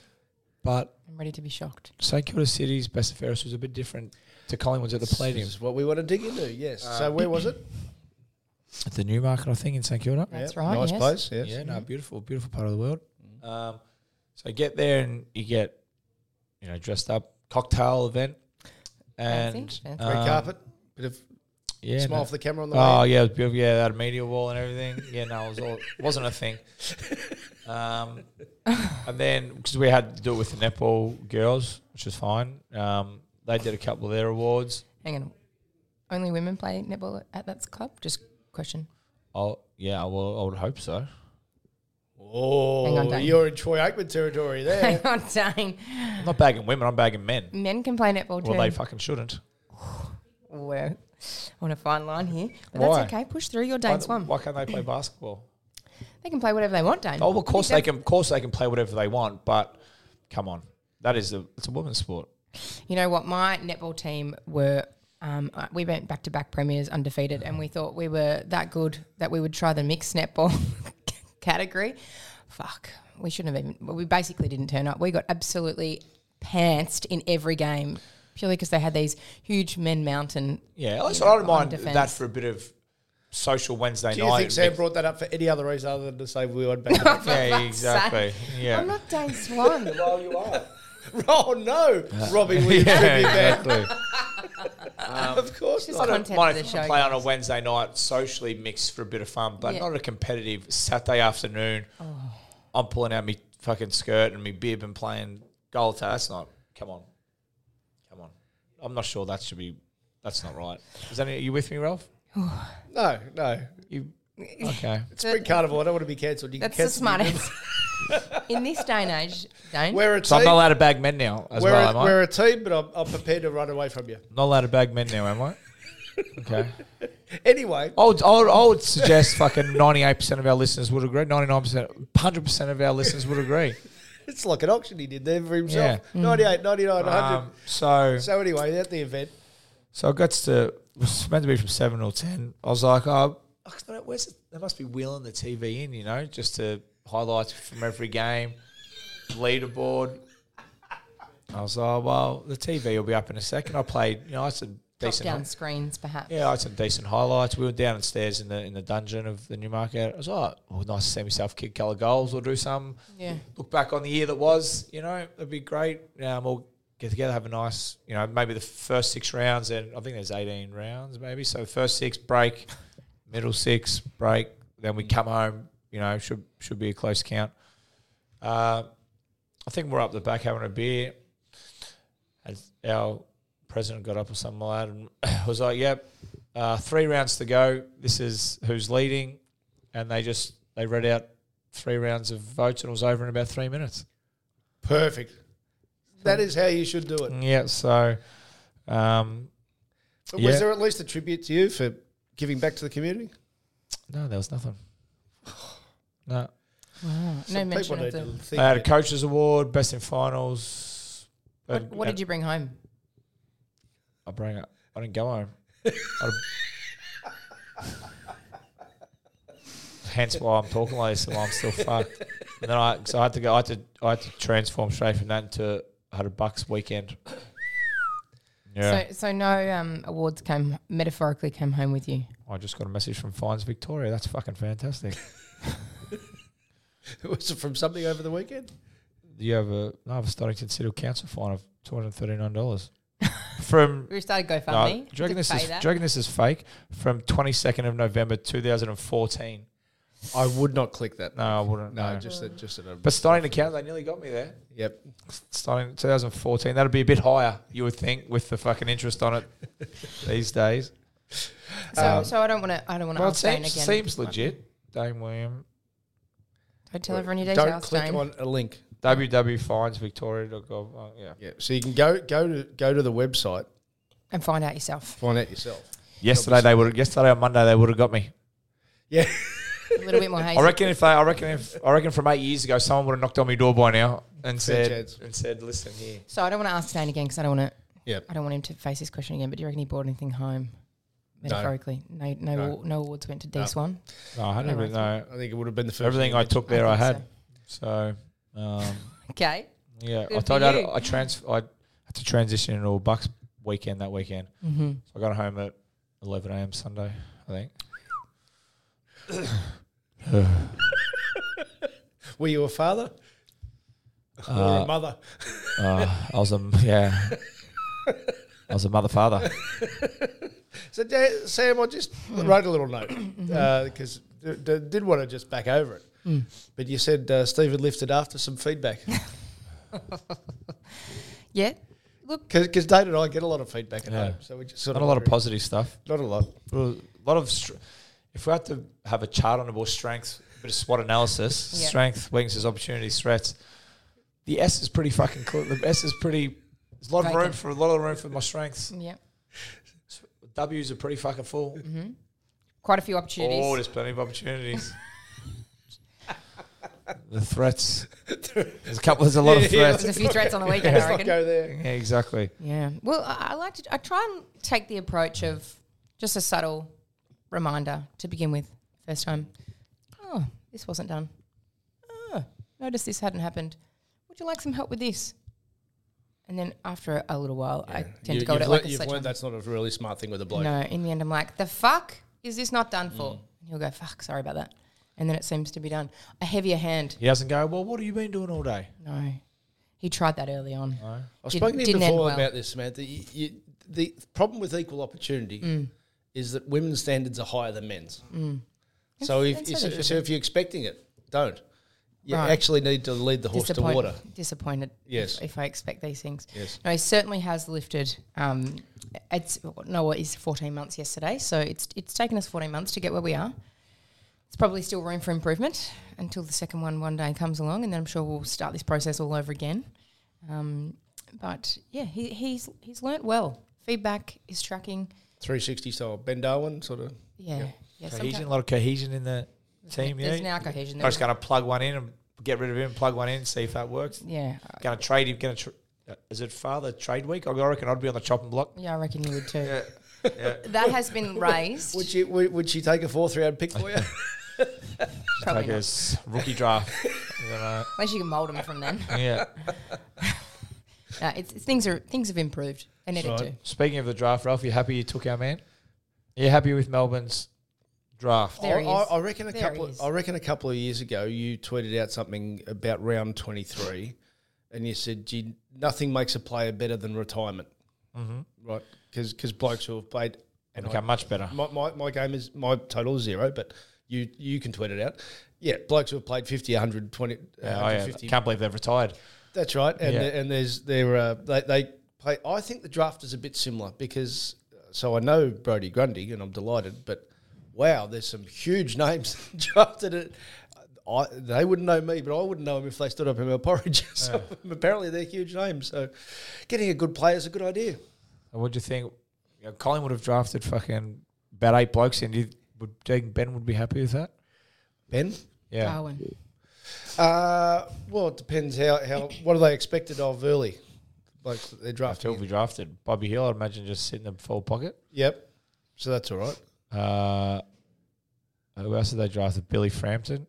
Speaker 4: but
Speaker 3: I'm ready to be shocked.
Speaker 4: St Kilda City's best of Ferris was a bit different to Collingwood's at the
Speaker 2: This
Speaker 4: Palladium.
Speaker 2: is what we want to dig into, yes.
Speaker 3: Uh,
Speaker 2: so where was it?
Speaker 4: At the Newmarket, I think, in St Kilda. Mm-hmm.
Speaker 3: That's
Speaker 2: Yeah,
Speaker 3: right.
Speaker 2: Nice
Speaker 3: yes.
Speaker 2: place, yes.
Speaker 4: Yeah, no, beautiful, beautiful part of the world. Um, so get there and you get, you know, dressed up, cocktail event, and
Speaker 3: Fancy, fancy.
Speaker 2: Red
Speaker 4: um,
Speaker 2: carpet, bit of
Speaker 4: Yeah,
Speaker 2: smile
Speaker 4: no-
Speaker 2: for the camera on the
Speaker 4: Oh
Speaker 2: way.
Speaker 4: yeah, it was beautiful. Yeah, they had a media wall and everything. Yeah, no, it was all, wasn't a thing. Um, and then because we had to do it with the Nepal girls, which was fine. Um, they did a couple of their awards.
Speaker 3: Hang on. Only women play netball at that club? Just question.
Speaker 4: Oh yeah, well, I would hope so.
Speaker 3: Hang on,
Speaker 2: Oh,
Speaker 3: Dane.
Speaker 2: you're in Troy Aikman territory there.
Speaker 3: Hang on, dang.
Speaker 4: I'm not bagging women. I'm bagging men.
Speaker 3: Men can play netball too.
Speaker 4: Well, they fucking shouldn't.
Speaker 3: We're on a fine line here, but
Speaker 4: Why?
Speaker 3: that's okay. Push through. Your
Speaker 4: Why,
Speaker 3: date's one.
Speaker 4: why can't they
Speaker 3: Mm.
Speaker 4: play basketball?
Speaker 3: They can play whatever they want, Dane.
Speaker 4: Oh, well, of course they
Speaker 3: Exactly.
Speaker 4: can. Of course they can play whatever they want. But come on, that is a it's a women's sport.
Speaker 3: You know what? My netball team were. Um, uh, we went back to back premiers undefeated, and we thought we were that good that we would try the mixed netball category. Fuck, we shouldn't have even. well, We basically didn't turn up. We got absolutely pantsed in every game. purely because they had these huge men mountain.
Speaker 4: Yeah, at least
Speaker 3: you know,
Speaker 4: I don't
Speaker 3: on
Speaker 4: mind that
Speaker 3: defense.
Speaker 4: for a bit of social Wednesday
Speaker 2: Do you
Speaker 4: night.
Speaker 2: think Sam brought that up for any other reason other than to say we went back? to
Speaker 4: yeah,
Speaker 3: fuck's
Speaker 4: exactly. Yeah.
Speaker 3: I'm not Dane Swan.
Speaker 4: well, Oh, you are.
Speaker 2: back? oh no, Robbie Williams
Speaker 4: Yeah,
Speaker 2: should be back.
Speaker 4: exactly.
Speaker 2: Of course
Speaker 3: Just
Speaker 2: not.
Speaker 4: I don't
Speaker 3: Content
Speaker 4: mind
Speaker 3: for
Speaker 4: if
Speaker 3: the
Speaker 4: you
Speaker 3: show,
Speaker 4: play on a Wednesday night, socially mixed for a bit of fun, but
Speaker 3: Yeah. Oh.
Speaker 4: not a competitive Saturday afternoon. I'm pulling out my fucking skirt and my bib and playing Golta. That's not. Come on, come on. I'm not sure that should be. That's not right. Is that? Are you with me, Ralph?
Speaker 2: No, no.
Speaker 4: You okay?
Speaker 2: It's spring carnival. I don't want to be cancelled. You
Speaker 3: That's
Speaker 2: can
Speaker 3: the
Speaker 2: cancel me.
Speaker 3: smartest. In this day and age, Dane.
Speaker 2: We're a
Speaker 4: So
Speaker 2: team.
Speaker 4: I'm not allowed to bag men now as
Speaker 2: we're,
Speaker 4: well.
Speaker 2: a,
Speaker 4: am I?
Speaker 2: we're a team, but I'm, I'm prepared to run away from you.
Speaker 4: not allowed to bag men now, am I? Okay.
Speaker 2: Anyway,
Speaker 4: I would, I would, I would suggest fucking 98% of our listeners would agree. 99%, 100% of our listeners would agree.
Speaker 2: it's like an auction he did there for himself.
Speaker 3: Mm.
Speaker 2: 98, 99, 100.
Speaker 4: Um, so,
Speaker 2: so anyway, at the event,
Speaker 4: so I got to, it was meant to be from 7 or 10. I was like, oh, I don't know, where's it? They must be wheeling the TV in, you know, just to highlights from every game, leaderboard. I was like, well, the TV will be up in a second. I played, you know, I said, decent.
Speaker 3: down screens, perhaps.
Speaker 4: Yeah, I had some decent highlights. We were downstairs in the in the dungeon of the Newmarket. I was like, oh, nice to see myself kick a couple of goals or do some.
Speaker 3: Yeah.
Speaker 4: Look back on the year that was, you know, that'd be great. Um, we'll get together, have a nice, you know, maybe the first six rounds, and I think there's 18 rounds maybe. So first six, break, middle six, break. Then we come home, you know, should should be a close count. Uh, I think we're up the back having a beer. And our president got up or something like that and was like, yep, uh, three rounds to go. This is who's leading. And they just, they read out three rounds of votes and it was over in about three minutes.
Speaker 2: perfect. That is how you should do it.
Speaker 4: Yeah, so, um,
Speaker 2: But
Speaker 4: Yeah.
Speaker 2: was there at least a tribute to you for giving back to the community?
Speaker 4: no, there was nothing. No.
Speaker 3: No mention
Speaker 2: need
Speaker 3: of
Speaker 2: to
Speaker 3: the.
Speaker 4: They
Speaker 2: think
Speaker 4: had a
Speaker 2: that-
Speaker 4: coach's award, best in finals.
Speaker 3: What, what did you bring home?
Speaker 4: I bring up. I didn't go home. I- Hence why I'm talking like this, and why I'm still fucked. And then I, so I had to go. I had to, I had to transform straight from that into I had a bucks weekend. Yeah,
Speaker 3: So, so no um, awards came metaphorically came home with you.
Speaker 4: I just got a message from Fines Victoria. That's fucking fantastic.
Speaker 2: Was it from something over the weekend?
Speaker 4: you have a no, I have a Stonington City Council fine of two hundred thirty nine dollars from
Speaker 3: We started
Speaker 4: No,
Speaker 3: GoFundMe.
Speaker 4: do you reckon
Speaker 3: to
Speaker 4: this
Speaker 3: pay
Speaker 4: is
Speaker 3: that.
Speaker 4: do you reckon this is fake? From twenty second of November two thousand and fourteen.
Speaker 2: I would not click that.
Speaker 4: No, I wouldn't.
Speaker 2: No,
Speaker 4: No,
Speaker 2: just a, just a,
Speaker 4: but starting to count, they nearly got me there.
Speaker 2: yep.
Speaker 4: Starting 2014, that'd be a bit higher, you would think, with the fucking interest on it these days.
Speaker 3: so, so I don't want to. I don't want to
Speaker 4: Um, Well, it
Speaker 3: ask Dane
Speaker 4: seems,
Speaker 3: again.
Speaker 4: seems legit. Dame William,
Speaker 3: Don't tell everyone your
Speaker 2: Don't
Speaker 3: details,
Speaker 2: click
Speaker 3: Dane.
Speaker 2: on a link.
Speaker 4: www.finesvictoria.gov. Oh, yeah.
Speaker 2: Yeah, so you can go go to go to the website,
Speaker 3: and find out yourself.
Speaker 2: find out yourself.
Speaker 4: Yesterday they would. Yesterday on Monday they would have got me.
Speaker 2: Yeah,
Speaker 3: A little bit more hazy.
Speaker 4: I reckon if they, I reckon if, I reckon from eight years ago, someone would have knocked on my door by now and
Speaker 2: Fair
Speaker 4: said,
Speaker 2: chance.
Speaker 4: and said, listen here.
Speaker 3: so I don't want to ask Dane again because I don't want to.
Speaker 2: yeah.
Speaker 3: I don't want him to face this question again. But do you reckon he brought anything home? Metaphorically, no, no, no, awards went to D Swan.
Speaker 4: No, I don't even know.
Speaker 2: I think it would have been the first
Speaker 4: Everything I took there, I,
Speaker 3: I think
Speaker 4: had. So, um,
Speaker 3: Okay,
Speaker 4: yeah, I
Speaker 3: Good
Speaker 4: told
Speaker 3: for
Speaker 4: you I, had-
Speaker 3: you.
Speaker 4: I trans I had to transition into a Bucks weekend that weekend. Mm-hmm. So I got home at 11 a.m. Sunday, I think.
Speaker 2: Were you a father or a mother?
Speaker 4: Uh, I was a yeah, I was a mother father.
Speaker 2: So Da- Sam, I just
Speaker 3: Hmm.
Speaker 2: wrote a little note
Speaker 3: Mm-hmm.
Speaker 2: uh, because did want to just back over it.
Speaker 3: Hmm.
Speaker 2: But you said uh, Stephen lifted after some feedback
Speaker 3: yeah. Look,
Speaker 2: because Dave and I get a lot of feedback at
Speaker 4: Yeah.
Speaker 2: home, so we just sort
Speaker 4: Not
Speaker 2: of
Speaker 4: a lot of
Speaker 2: wonder-
Speaker 4: positive stuff.
Speaker 2: Not a lot.
Speaker 4: A lot of str- if we had to have a chart on the board, strengths, a bit of SWOT analysis,
Speaker 3: Yeah.
Speaker 4: strength, weaknesses, opportunities, threats. The S is pretty fucking. Clear. The S is pretty. There's a lot of room
Speaker 3: Vacant.
Speaker 4: for a lot of room for my strengths.
Speaker 3: yeah,
Speaker 4: W's are pretty fucking full.
Speaker 3: quite a few
Speaker 4: Oh,
Speaker 3: opportunities.
Speaker 4: there's plenty of opportunities. the threats. There's a couple. There's a lot of threats.
Speaker 3: There's a few threats on the weekend. I
Speaker 2: Let's
Speaker 3: reckon.
Speaker 2: not go there.
Speaker 4: Yeah, exactly.
Speaker 3: Yeah. Well, I, I like to. I try and take the approach of just a subtle reminder to begin with. First time, oh, this wasn't done. Ah, Oh, notice this hadn't happened. Would you like some help with this? And then after a little while, I tend
Speaker 2: You,
Speaker 3: to go
Speaker 2: have
Speaker 3: to like a
Speaker 2: you've learned
Speaker 3: sledgehammer.
Speaker 2: that's not a really smart thing with a bloke.
Speaker 3: No, in the end, I'm like, the fuck is this not done for?
Speaker 2: Mm.
Speaker 3: And he'll go, fuck, sorry about that. And then it seems to be done. A heavier hand.
Speaker 4: He doesn't go, well, what have you been doing all day?
Speaker 3: No. He tried that early on.
Speaker 2: I've
Speaker 3: Didn't-
Speaker 2: spoken to you
Speaker 3: didn't end
Speaker 2: before
Speaker 3: well.
Speaker 2: about this, Samantha. You, you, the problem with equal opportunity
Speaker 3: Hmm.
Speaker 2: is that women's standards are higher than men's. So, if,
Speaker 3: and so
Speaker 2: so,
Speaker 3: they should
Speaker 2: so if you're expecting it, don't. You
Speaker 3: Right.
Speaker 2: actually need to lead the horse to
Speaker 3: Disappoint-
Speaker 2: water.
Speaker 3: Disappointed.
Speaker 2: Yes.
Speaker 3: If, if I expect these things.
Speaker 2: Yes.
Speaker 3: No, he certainly has lifted. Um, it's Noah is 14 months yesterday, so it's it's taken us 14 months to get where we are. It's probably still room for improvement until the second one one day comes along, and then I'm sure we'll start this process all over again. Um, but yeah, he, he's he's learnt well. Feedback is tracking.
Speaker 2: 360 style. Ben Darwin, sort of.
Speaker 3: Yeah. Yeah.
Speaker 4: Cohesion,
Speaker 3: sometimes-
Speaker 4: a lot of cohesion in the team.
Speaker 3: There's
Speaker 4: yeah,
Speaker 3: now cohesion.
Speaker 4: I'm just going to plug one in and get rid of him, plug one in, see if that works.
Speaker 3: yeah.
Speaker 4: Going to trade him. Going to tr- uh, is it father trade week? I reckon I'd be on the chopping block.
Speaker 3: Yeah, I reckon you would too. That has been raised.
Speaker 2: Would she, would, would she take a fourth round pick for you?
Speaker 3: probably
Speaker 4: Like
Speaker 3: not.
Speaker 4: a s- rookie draft. You know,
Speaker 3: Unless you can mould them from then.
Speaker 4: yeah.
Speaker 3: No, it's, it's- things are things have improved. They needed to.
Speaker 4: Speaking of the draft, Ralph, you happy you took our man? You happy with Melbourne's draft?
Speaker 3: There
Speaker 2: I,
Speaker 3: he
Speaker 2: I,
Speaker 3: is.
Speaker 2: I reckon a
Speaker 3: There
Speaker 2: couple.
Speaker 3: he is.
Speaker 2: Of, I reckon a couple of years ago, you tweeted out something about round twenty three, and you said, Gee, "Nothing makes a player better than retirement." Mm-hmm. Right? Because blokes who have played and
Speaker 4: Okay,
Speaker 2: I-
Speaker 4: much better.
Speaker 2: my, my my game is my total is zero, but you you can tweet it out. Yeah, blokes who have played 50, 120,
Speaker 4: Yeah, I uh,
Speaker 2: 150.
Speaker 4: can't believe they've retired.
Speaker 2: That's right, and
Speaker 4: Yeah.
Speaker 2: the- and there's there uh, they they play. I think the draft is a bit similar because so I know Brody Grundy and I'm delighted, but wow, there's some huge names drafted it. I, they wouldn't know me, but I wouldn't know them if they stood up in our porridge. so apparently they're huge names. So getting a good player is a good idea.
Speaker 4: And What do you think? You know, Colin would have drafted fucking about eight blokes in. Do you, would do you think Ben would be happy with that?
Speaker 2: Ben,
Speaker 4: Yeah.
Speaker 3: Darwin.
Speaker 2: uh, well, it depends how, how what are they expected of early, like they're
Speaker 4: After
Speaker 2: drafting.
Speaker 4: he'll be drafted. Bobby Hill, I'd imagine, just sitting in the full pocket.
Speaker 2: Yep, so that's all right.
Speaker 4: Uh, who else did they draft? Billy Frampton.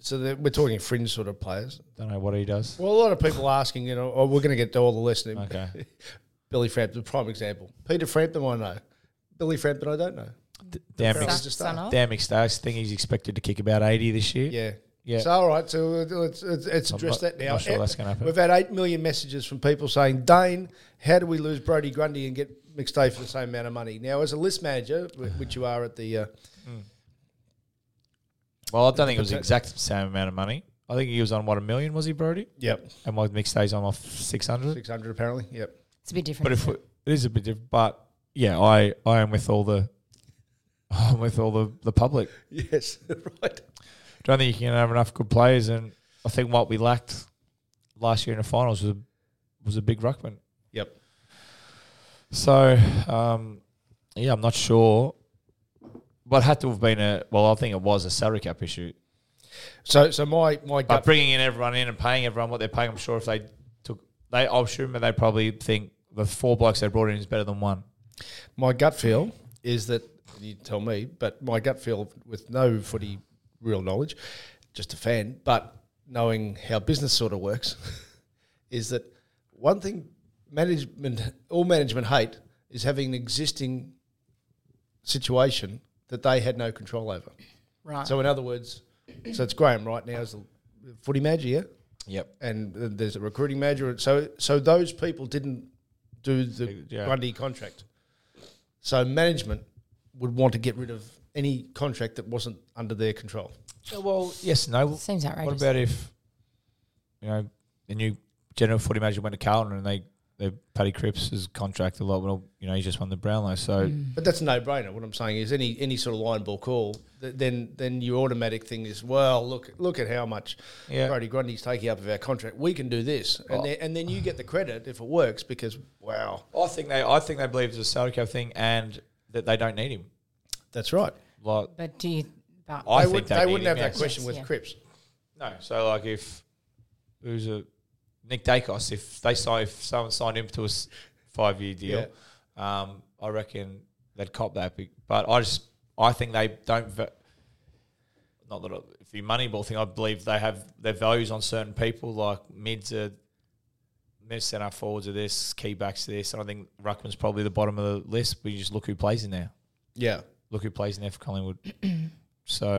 Speaker 2: So they're- we're talking fringe sort of players.
Speaker 4: Don't know what he does.
Speaker 2: Well, a lot of people asking, you know, oh, we're going to get to all the listening.
Speaker 4: Okay.
Speaker 2: Billy Frampton, prime example. Peter Frampton, I know. uh, Billy Frampton, I don't know.
Speaker 4: Damn,
Speaker 2: Frampton's
Speaker 4: ex-
Speaker 3: Son-
Speaker 2: just
Speaker 3: son
Speaker 2: up.
Speaker 3: of?
Speaker 4: damn excited. Think he's expected to kick about 80 this year.
Speaker 2: Yeah.
Speaker 4: Yeah.
Speaker 2: So, all right, so it- it's, it's, it's
Speaker 4: I'm
Speaker 2: addressed
Speaker 4: not-
Speaker 2: that now.
Speaker 4: not sure that's gonna happen.
Speaker 2: We've had 8 million messages from people saying, Dane, how do we lose Brody Grundy and get McStay for the same amount of money? Now, as a list manager, wh- which you are at the. Uh,
Speaker 4: Well, I don't think it was the exact same amount of money. I think he was on, what, a million, was he, Brody?
Speaker 2: yep.
Speaker 4: And my mixed days on off 600.
Speaker 2: 600, apparently. Yep.
Speaker 3: It's a bit different.
Speaker 4: But if we, it is a bit different. But yeah, I, I am with all the. I'm with all the, the public.
Speaker 2: Yes. right.
Speaker 4: Don't think you can have enough good players, and I think what we lacked last year in the finals was a, was a big ruckman.
Speaker 2: Yep.
Speaker 4: So, um, yeah, I'm not sure. But it had to have been a well. I think it was a salary cap issue.
Speaker 2: So, so my, my
Speaker 4: But
Speaker 2: gut.
Speaker 4: bringing in everyone in and paying everyone what they're paying, I'm sure if they took, they I'm sure they probably think the four blokes they brought in is better than one.
Speaker 2: My gut feel is that you tell me, but my gut feel with no footy real knowledge, just a fan, but knowing how business sort of works, is that one thing management all management hate is having an existing situation that they had no control over.
Speaker 3: right.
Speaker 2: So in other words, so it's Graham right now is the footy manager, yeah?
Speaker 4: Yep.
Speaker 2: and there's a recruiting manager. So so those people didn't do the
Speaker 4: Yeah.
Speaker 2: Grundy contract. So management would want to get rid of any contract that wasn't under their control.
Speaker 4: Well, yes, no.
Speaker 3: Seems
Speaker 4: What
Speaker 3: outrageous.
Speaker 4: about if you know the new general footy manager went to Carlton and they they Paddy Cripps is contract a lot. Well, you know he just won the Brownlow, so
Speaker 3: Mm.
Speaker 2: But that's a no-brainer. What I'm saying is any any sort of line ball call, th- then then your automatic thing is well look look at how much
Speaker 4: Yeah. Oh.
Speaker 2: Brody Grundy's taking up of our contract. We can do this, and then, and then you get the credit if it works because wow,
Speaker 4: I think they I think they believe it's a salary cap thing and that they don't need him.
Speaker 2: that's right.
Speaker 4: Like
Speaker 3: But do you? But
Speaker 4: I
Speaker 2: they
Speaker 4: think
Speaker 2: would,
Speaker 4: they
Speaker 2: they
Speaker 4: need
Speaker 2: wouldn't
Speaker 4: him,
Speaker 2: have that
Speaker 4: yes.
Speaker 2: question
Speaker 3: Yes,
Speaker 2: with
Speaker 3: yeah.
Speaker 2: Cripps.
Speaker 4: No, so like if who's a Nick Dacos, if they sign if someone signed him to a s- five year deal, um, I reckon they'd cop that. Big, but I just I think they don't. Va- not that I- if the Moneyball thing, I believe they have their values on certain people, like mids are mid centre forwards are this, key backs are this, and I think Ruckman's probably the bottom of the list. We just look who plays in there.
Speaker 2: Yeah.
Speaker 4: Look who plays in there for Collingwood. so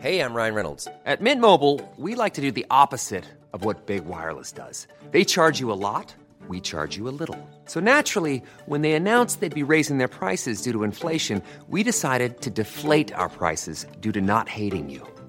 Speaker 5: Hey, I'm Ryan Reynolds. At Mint Mobile, we like to do the opposite of what Big Wireless does. They charge you a lot, we charge you a little. So naturally, when they announced they'd be raising their prices due to inflation, we decided to deflate our prices due to not hating you.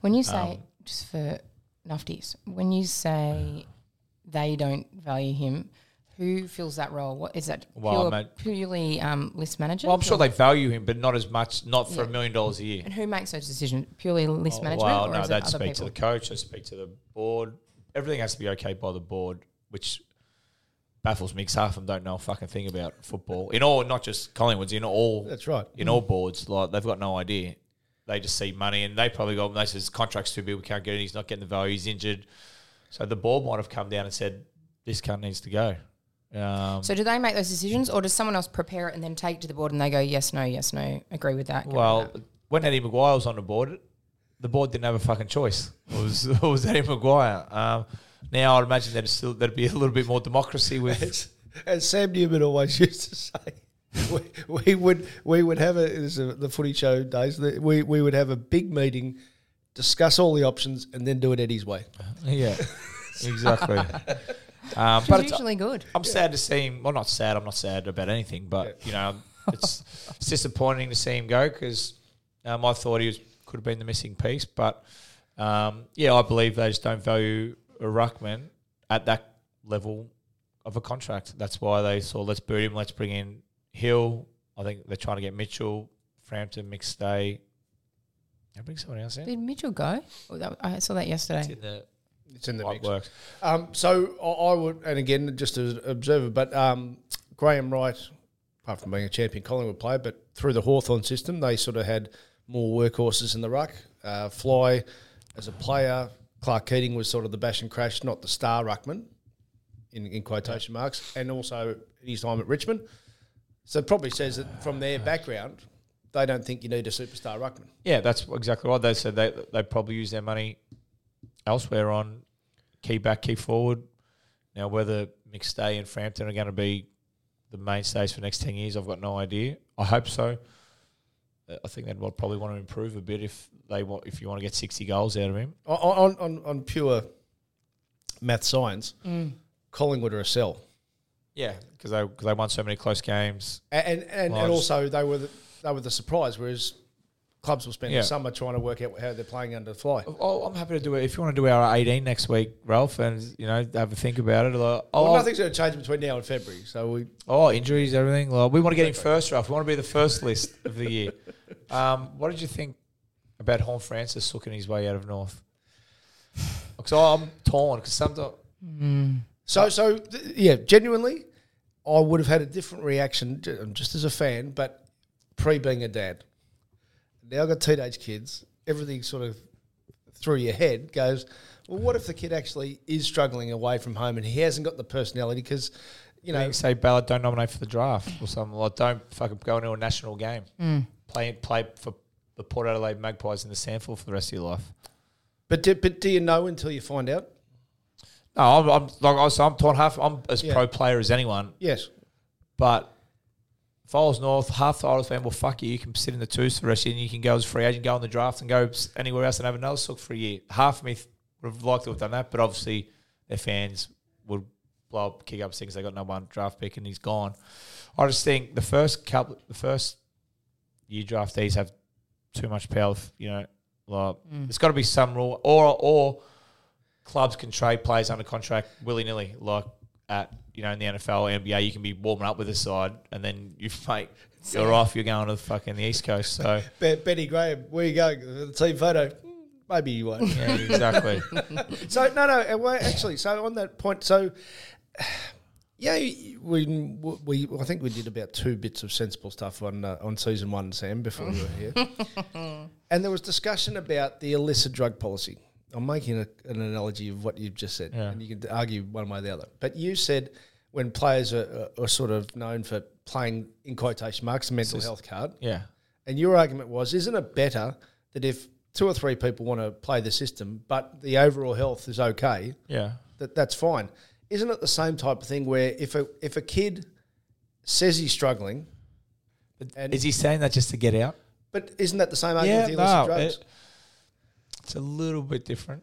Speaker 3: When you say
Speaker 4: Um,
Speaker 3: just for nufties, when you say they don't value him, who fills that role? What is that?
Speaker 4: Well,
Speaker 3: pure-
Speaker 4: mate-
Speaker 3: purely um, list manager.
Speaker 4: Well I'm sure they value him, but not as much not for a million dollars a year.
Speaker 3: And who makes those decisions? Purely list
Speaker 4: Oh,
Speaker 3: management,
Speaker 4: Well,
Speaker 3: or
Speaker 4: no,
Speaker 3: is
Speaker 4: they'd
Speaker 3: it
Speaker 4: speak
Speaker 3: other
Speaker 4: to
Speaker 3: people?
Speaker 4: the coach, they'd speak to the board. Everything has to be okay by the board, which baffles me because half of them don't know a fucking thing about football. In all, not just Collingwood's, in all.
Speaker 2: That's right.
Speaker 4: In all boards, like they've got no idea. They just see money and they probably go, they says contract's too big, we can't get it, he's not getting the value, he's injured. So the board might have come down and said, this cunt needs to go. Um,
Speaker 3: So do they make those decisions, or does someone else prepare it and then take it to the board and they go yes, no, yes, no, agree with that? agree with
Speaker 4: Well,
Speaker 3: that?
Speaker 4: when Eddie Maguire was on the board, the board didn't have a fucking choice. It was, it was Eddie Maguire. Um, now I'd imagine there'd still there'd be a little bit more democracy with.
Speaker 2: As Sam Newman always used to say, we, we would we would have a, it was a the footy show days. the- We we would have a big meeting, discuss all the options, and then do it Eddie's way.
Speaker 4: yeah, exactly. Um,
Speaker 3: Which
Speaker 4: but
Speaker 3: is
Speaker 4: it's,
Speaker 3: usually good.
Speaker 4: I'm sad to see him. Well, not sad. I'm not sad about anything, but you know, it's it's disappointing to see him go because um, I thought he was, could have been the missing piece. But um, yeah, I believe they just don't value a ruckman at that level of a contract. That's why they saw let's boot him, let's bring in Hill. I think they're trying to get Mitchell, Frampton, McStay. Did I bring someone else in.
Speaker 3: Did Mitchell go? Oh, that- I saw that yesterday.
Speaker 4: In the
Speaker 2: It's in the
Speaker 4: white
Speaker 2: mix.
Speaker 4: works.
Speaker 2: Um, so I, I would, and again, just as an observer, but um, Graham Wright, apart from being a champion Collingwood player, but through the Hawthorn system, they sort of had more workhorses in the ruck. Uh, Fly, as a player, Clark Keating was sort of the bash and crash, not the star ruckman, in, in quotation marks, and also his time at Richmond. So it probably says that from their background, they don't think you need a superstar ruckman.
Speaker 4: Yeah, that's exactly right. They said they they probably use their money elsewhere on key back, key forward. Now whether McStay and Frampton are going to be the mainstays for the next ten years, I've got no idea. I hope so. Uh, I think they'd wa- probably want to improve a bit if they want if you want to get sixty goals out of him.
Speaker 2: On, on, on, on pure math science, Collingwood are a sell.
Speaker 4: Yeah, because they cause they won so many close games.
Speaker 2: and and,
Speaker 4: Well, I
Speaker 2: and
Speaker 4: just-
Speaker 2: also they were the, they were the surprise, whereas clubs will spend
Speaker 4: Yeah.
Speaker 2: the summer trying to work out how they're playing under the fly.
Speaker 4: Oh, I'm happy to do it. If you want to do our 18 next week, Ralph, and you know have a think about it. Like, oh,
Speaker 2: well, nothing's going to change between now and February, so we
Speaker 4: Oh, injuries, everything. Well, we want to get him first, Ralph. We want to be the first list of the year. Um, what did you think about Horn Francis hooking his way out of North? Because I'm torn. Because sometimes,
Speaker 2: so so th- yeah, genuinely, I would have had a different reaction j- um, just as a fan, but pre being a dad. Now I've got teenage kids. Everything sort of through your head goes, well, what if the kid actually is struggling away from home and he hasn't got the personality? Because you
Speaker 4: you know,
Speaker 2: know,
Speaker 4: you say Ballard don't nominate for the draft or something like. Don't fucking go into a national game. Play play for the Port Adelaide Magpies in the Sandford for the rest of your life.
Speaker 2: but do, but do you know until you find out?
Speaker 4: No, I'm, I'm like I was, I'm torn half. I'm as
Speaker 2: Yeah.
Speaker 4: pro player as anyone,
Speaker 2: Yes.
Speaker 4: but. If I was North, half the Isles fan, well, fuck you, you can sit in the twos for the rest of the year and you can go as a free agent, go on the draft and go s- anywhere else and have another sook for a year. Half of me th- would have liked to have done that, but obviously their fans would blow up kick ups because they got no one draft pick and he's gone. I just think the first couple, the first year draftees have too much power. f- You know, like there's got to be some rule, or or clubs can trade players under contract willy nilly, like at you know in the NFL, NBA. You can be warming up with a side, and then you make you're off. You're going to the fucking the East Coast. So
Speaker 2: Be- Benny Graham, where you going? The team photo. "Mm, Maybe you won't.
Speaker 4: yeah, exactly.
Speaker 2: so no, no. and Well, actually, so on that point, so yeah, you- we we I think we did about two bits of sensible stuff on uh, on season one, Sam, before we were here, and there was discussion about the illicit drug policy. I'm making a, an analogy of what you've just said, and you can argue one way or the other. But you said when players are, are, are sort of known for playing in quotation marks a mental health card,
Speaker 4: Yeah,
Speaker 2: and your argument was, isn't it better that if two or three people want to play the system, but the overall health is okay,
Speaker 4: yeah,
Speaker 2: that that's fine. Isn't it the same type of thing where if a if a kid says he's struggling, And-
Speaker 4: Is he saying that just to get out?
Speaker 2: but isn't that the same argument with illicit drugs?
Speaker 4: it- it's a little bit different,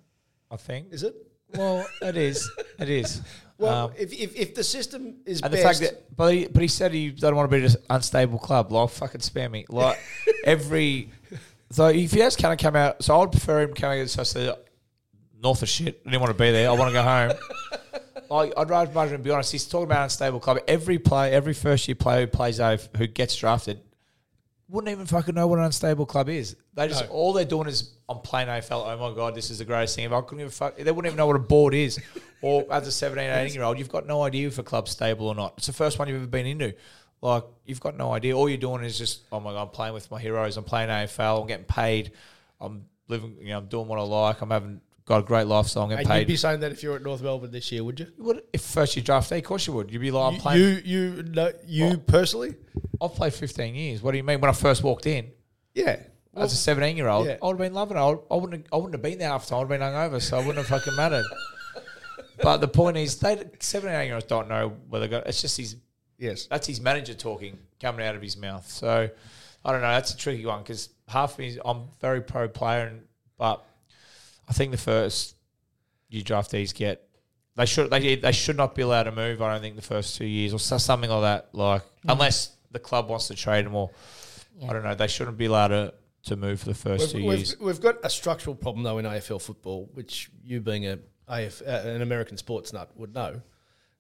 Speaker 4: I think.
Speaker 2: Is it?
Speaker 4: Well, it is. It is.
Speaker 2: Well,
Speaker 4: Um,
Speaker 2: if, if if the system is
Speaker 4: and
Speaker 2: best,
Speaker 4: the fact that, but he, but he said he don't want to be an unstable club. Like fucking spare me. Like every, so if he has kind of come out, so I'd prefer him coming out. So I said, north of shit. I didn't want to be there. I want to go home. Like I'd rather rather him be honest. He's talking about unstable club. Every play, every first year player who plays over who gets drafted wouldn't even fucking know what an unstable club is. They just all they're doing is I'm playing AFL. Oh my god, this is the greatest thing. ever." I couldn't even fuck. They wouldn't even know what a board is. or as a 17, 18 year old, you've got no idea if a club's stable or not. It's the first one you've ever been into. Like you've got no idea. All you're doing is just oh my god, I'm playing with my heroes. I'm playing AFL. I'm getting paid. I'm living. You know, I'm doing what I like. I'm having got a great lifestyle. I'm getting
Speaker 2: and
Speaker 4: paid.
Speaker 2: you'd be saying that if you're at North Melbourne this year, would you?
Speaker 4: You would- if first you draft day, of course you would. You'd be like, I'm playing.
Speaker 2: You you no, you personally,
Speaker 4: I've played 15 years. What do you mean? When I first walked in
Speaker 2: yeah.
Speaker 4: as a 17 year old,
Speaker 2: yeah.
Speaker 4: I would have been loving it. I, would, I wouldn't. Have, I wouldn't have been there after. I would have been hungover, so I wouldn't have fucking mattered. But the point is, they 17 year olds don't know whether they got. It's just his.
Speaker 2: yes.
Speaker 4: That's his manager talking, coming out of his mouth. So I don't know. That's a tricky one because half of me, is- I'm very pro player, and but I think the first you draftees get. They should they they should not be allowed to move. I don't think the first two years or so- something like that. Like unless the club wants to trade them or I don't know. They shouldn't be allowed to, to move for the 1st
Speaker 2: We've,
Speaker 4: two
Speaker 2: we've,
Speaker 4: years.
Speaker 2: we've got a structural problem though in AFL football, which you being a AF, uh, an American sports nut would know.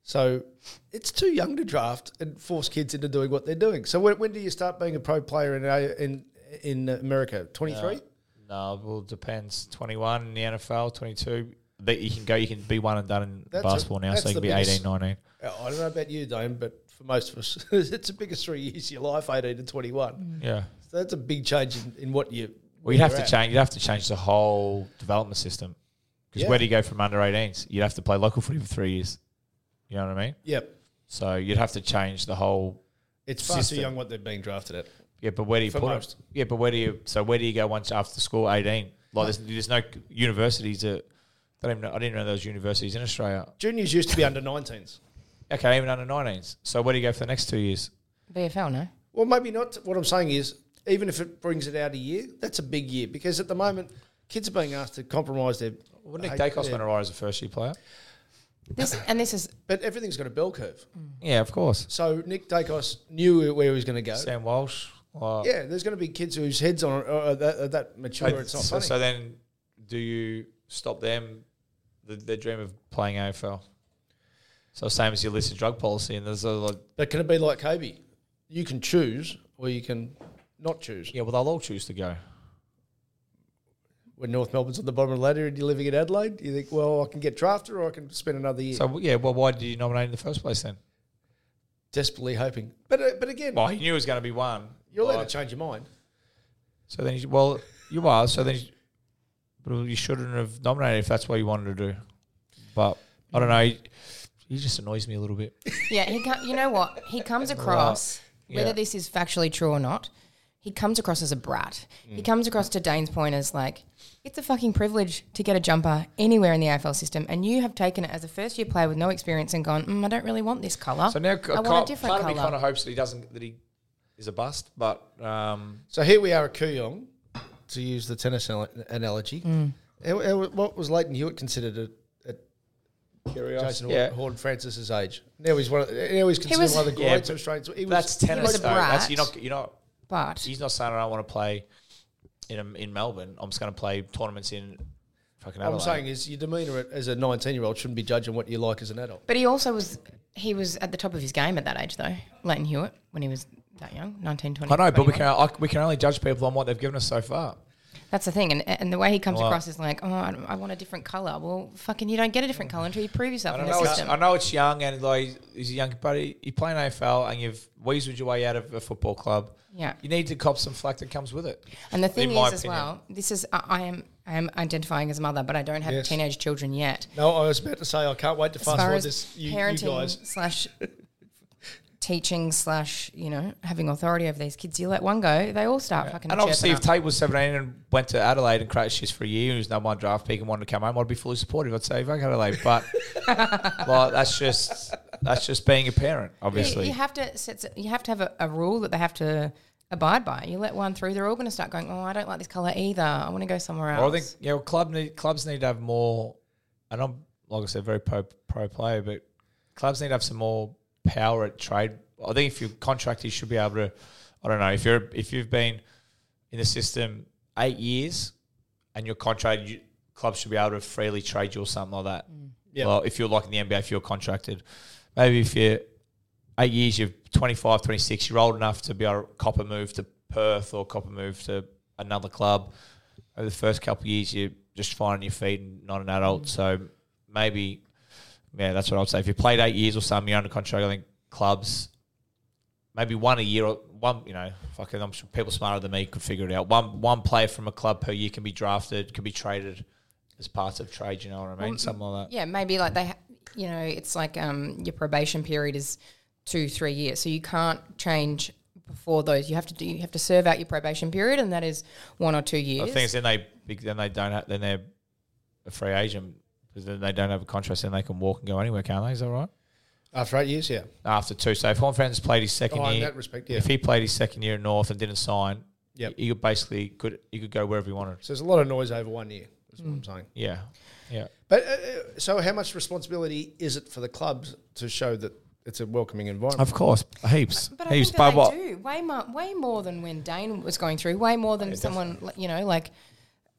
Speaker 2: So it's too young to draft and force kids into doing what they're doing. So when, when do you start being a pro player in a, in in America? Twenty
Speaker 4: Uh,
Speaker 2: three.
Speaker 4: No, well, it depends. Twenty one in the NFL, twenty two. That you can go, you can be one and done in
Speaker 2: That's a-
Speaker 4: basketball now,
Speaker 2: that's
Speaker 4: so you
Speaker 2: the
Speaker 4: can be
Speaker 2: biggest-
Speaker 4: 18, 19.
Speaker 2: Oh, I don't know about you, Dame, but for most of us, it's the biggest three years of your life, eighteen to twenty one.
Speaker 4: Yeah.
Speaker 2: So that's a big change in, in what you.
Speaker 4: Mm. Well,
Speaker 2: where
Speaker 4: you'd have
Speaker 2: you're
Speaker 4: to
Speaker 2: at.
Speaker 4: change. You'd have to change the whole development system because
Speaker 2: Yeah.
Speaker 4: where do you go from under 18s? You'd have to play local footy for three years. You know what I mean?
Speaker 2: Yep,
Speaker 4: So you'd have to change the whole.
Speaker 2: it's far
Speaker 4: System.
Speaker 2: too young what they're being drafted at.
Speaker 4: Yeah, but where do you
Speaker 2: For
Speaker 4: put 'em?
Speaker 2: most.
Speaker 4: Yeah, but where do you? So where do you go once after school? 18. Like there's, there's no universities that. I don't even know, I didn't know there was universities in Australia.
Speaker 2: Juniors used to be under nineteens.
Speaker 4: Okay, even under 19s. So where do you go for the next two years?
Speaker 3: BFL, no.
Speaker 2: Well, maybe not. What I'm saying is, even if it brings it out a year, that's a big year because at the moment, kids are being asked to compromise their.
Speaker 4: Well, Nick
Speaker 2: Hey,
Speaker 4: Dacos
Speaker 2: yeah.
Speaker 4: went alright as a first year player.
Speaker 3: This and this is
Speaker 2: But everything's got a bell curve.
Speaker 4: Yeah, of course.
Speaker 2: So Nick Dacos knew where he was going to go.
Speaker 4: Sam Walsh. uh,
Speaker 2: Yeah, there's going to be kids whose heads on are that, are that mature.
Speaker 4: so-
Speaker 2: it's not
Speaker 4: so,
Speaker 2: funny.
Speaker 4: so then, do you stop them the, their dream of playing AFL? So same as your illicit drug policy, and there's a lot.
Speaker 2: but can it be like Kobe? You can choose, or you can not choose.
Speaker 4: Yeah, well, they'll all choose to go.
Speaker 2: When North Melbourne's on the bottom of the ladder and you're living in Adelaide, you think, well, I can get drafted, or I can spend another year.
Speaker 4: So yeah, well, why did you nominate in the first place then?
Speaker 2: desperately hoping. But uh, but again,
Speaker 4: Well, he knew it was going to be one.
Speaker 2: you're allowed
Speaker 4: Like,
Speaker 2: to change your mind.
Speaker 4: So then, you, well, you are. So then, you- but you shouldn't have nominated if that's what you wanted to do. But I don't know. He, he just annoys me a little bit.
Speaker 3: yeah. He com- you know what he comes across, whether
Speaker 4: Yeah.
Speaker 3: this is factually true or not, he comes across as a brat. He comes across to Dane's point as like, it's a fucking privilege to get a jumper anywhere in the AFL system, and you have taken it as a first year player with no experience and gone, mm, I don't really want this color.
Speaker 4: So now,
Speaker 3: I want a different
Speaker 4: part of me kind
Speaker 3: color.
Speaker 4: of hopes that he doesn't that he is a bust, but um,
Speaker 2: So here we are at Kooyong, to use
Speaker 3: Mm.
Speaker 2: the tennis anal- analogy. How- how- what was Leighton Hewitt considered at, at
Speaker 4: Curious.
Speaker 2: Jason
Speaker 4: yeah.
Speaker 2: Horn, Horn Francis's age. Now he's one. Of, now he's considered
Speaker 3: was-
Speaker 2: one of the
Speaker 4: Yeah,
Speaker 2: greats
Speaker 4: but
Speaker 2: of Australian. He was,
Speaker 4: That's tennis.
Speaker 3: was a
Speaker 4: though. That's,
Speaker 3: brat.
Speaker 4: you're not. You're not.
Speaker 3: But
Speaker 4: He's not saying I don't want to play in in Melbourne. I'm just going to play tournaments in fucking
Speaker 2: what
Speaker 4: Adelaide.
Speaker 2: I'm saying is your demeanour as a 19 year old shouldn't be judging what you like as an adult.
Speaker 3: but he also was he was at the top of his game at that age though. Leighton Hewitt when he was that young, 19, 20.
Speaker 4: I know, but we
Speaker 3: 21.
Speaker 4: can I, we can only judge people on what they've given us so far.
Speaker 3: That's the thing, and and the way he comes
Speaker 4: Well,
Speaker 3: across is like, oh, I, I want a different color. Well, fucking, you don't get a different color until you prove
Speaker 4: Mm. I
Speaker 3: yourself in
Speaker 4: don't
Speaker 3: the
Speaker 4: know. It's,
Speaker 3: system.
Speaker 4: I know it's young and like he's a young, but he, you play in AFL and you've weaseled your way out of a football club.
Speaker 3: Yeah.
Speaker 4: you need to cop some flack that comes with it.
Speaker 3: And the thing
Speaker 4: in
Speaker 3: is,
Speaker 4: my
Speaker 3: as
Speaker 4: opinion.
Speaker 3: well, this is I, I am I am identifying as a mother, but I don't have
Speaker 2: Yes.
Speaker 3: teenage children yet.
Speaker 2: No, I was about to say I can't wait to
Speaker 3: As
Speaker 2: fast
Speaker 3: far
Speaker 2: forward
Speaker 3: as
Speaker 2: this. You, you
Speaker 3: parenting
Speaker 2: guys,
Speaker 3: slash teaching slash you know having authority over these kids, you let one go, they all start fucking.
Speaker 4: And obviously,
Speaker 3: chirping
Speaker 4: if
Speaker 3: up.
Speaker 4: Tate was 17 and went to Adelaide and crashed his for a year and was number one draft pick and wanted to come home, I'd be fully supportive. I'd say, fuck Adelaide. But like, that's just that's just being a parent,
Speaker 3: you,
Speaker 4: obviously.
Speaker 3: you have to set, you have to have a, a rule that they have to abide by. You let one through, they're all going to start going. Oh, I don't like this color either. I want to go somewhere else.
Speaker 4: Well, I think yeah, well, club need, clubs need to have more, and I'm like I said, very pro pro player, but clubs need to have some more power at trade. I think if you're contracted, you should be able to. I don't know if you're if you've been in the system eight years and your contract, you, clubs should be able to freely trade you or something like that.
Speaker 3: Mm.
Speaker 2: Yeah.
Speaker 4: Well, if you're like in the NBA, if you're contracted, maybe if you're eight years, you're 25, 26, you're old enough to be able to cop a move to Perth or cop a move to another club. Over the first couple of years, you're just finding your feet and not an adult. So maybe, yeah, that's what I would say. If you played eight years or something, you're under contract, I think clubs, maybe one a year or one, you know, fucking, I'm sure people smarter than me could figure it out. One one player from a club per year can be drafted, can be traded as parts of trade, you know what I mean? something like that.
Speaker 3: yeah, maybe like they, ha- you know, it's like um, your probation period is two, three years, so you can't change before those. You have to do, you have to serve out your probation period, and that is one or two
Speaker 4: The
Speaker 3: years.
Speaker 4: thing is, then they big- then they don't have, then they're a free agent because then they don't have a contract, then they can walk and go anywhere, can't they? Is that right?
Speaker 2: after eight years, yeah,
Speaker 4: After two, so if Hornfriends played his second
Speaker 2: Oh, in
Speaker 4: year,
Speaker 2: that respect, yeah.
Speaker 4: if he played his second year at North and didn't sign,
Speaker 2: Yep.
Speaker 4: he could basically could he could go wherever he wanted.
Speaker 2: So there's a lot of noise over one year. Is
Speaker 3: Mm.
Speaker 2: what I'm saying.
Speaker 4: Yeah, yeah.
Speaker 2: But uh, uh, so, how much responsibility is it for the clubs to show that it's a welcoming environment?
Speaker 4: Of course, heaps,
Speaker 3: But I
Speaker 4: heaps.
Speaker 3: think that
Speaker 4: But
Speaker 3: they
Speaker 4: what?
Speaker 3: do way more, way more than when Dane was going through. Way more than someone like you know, like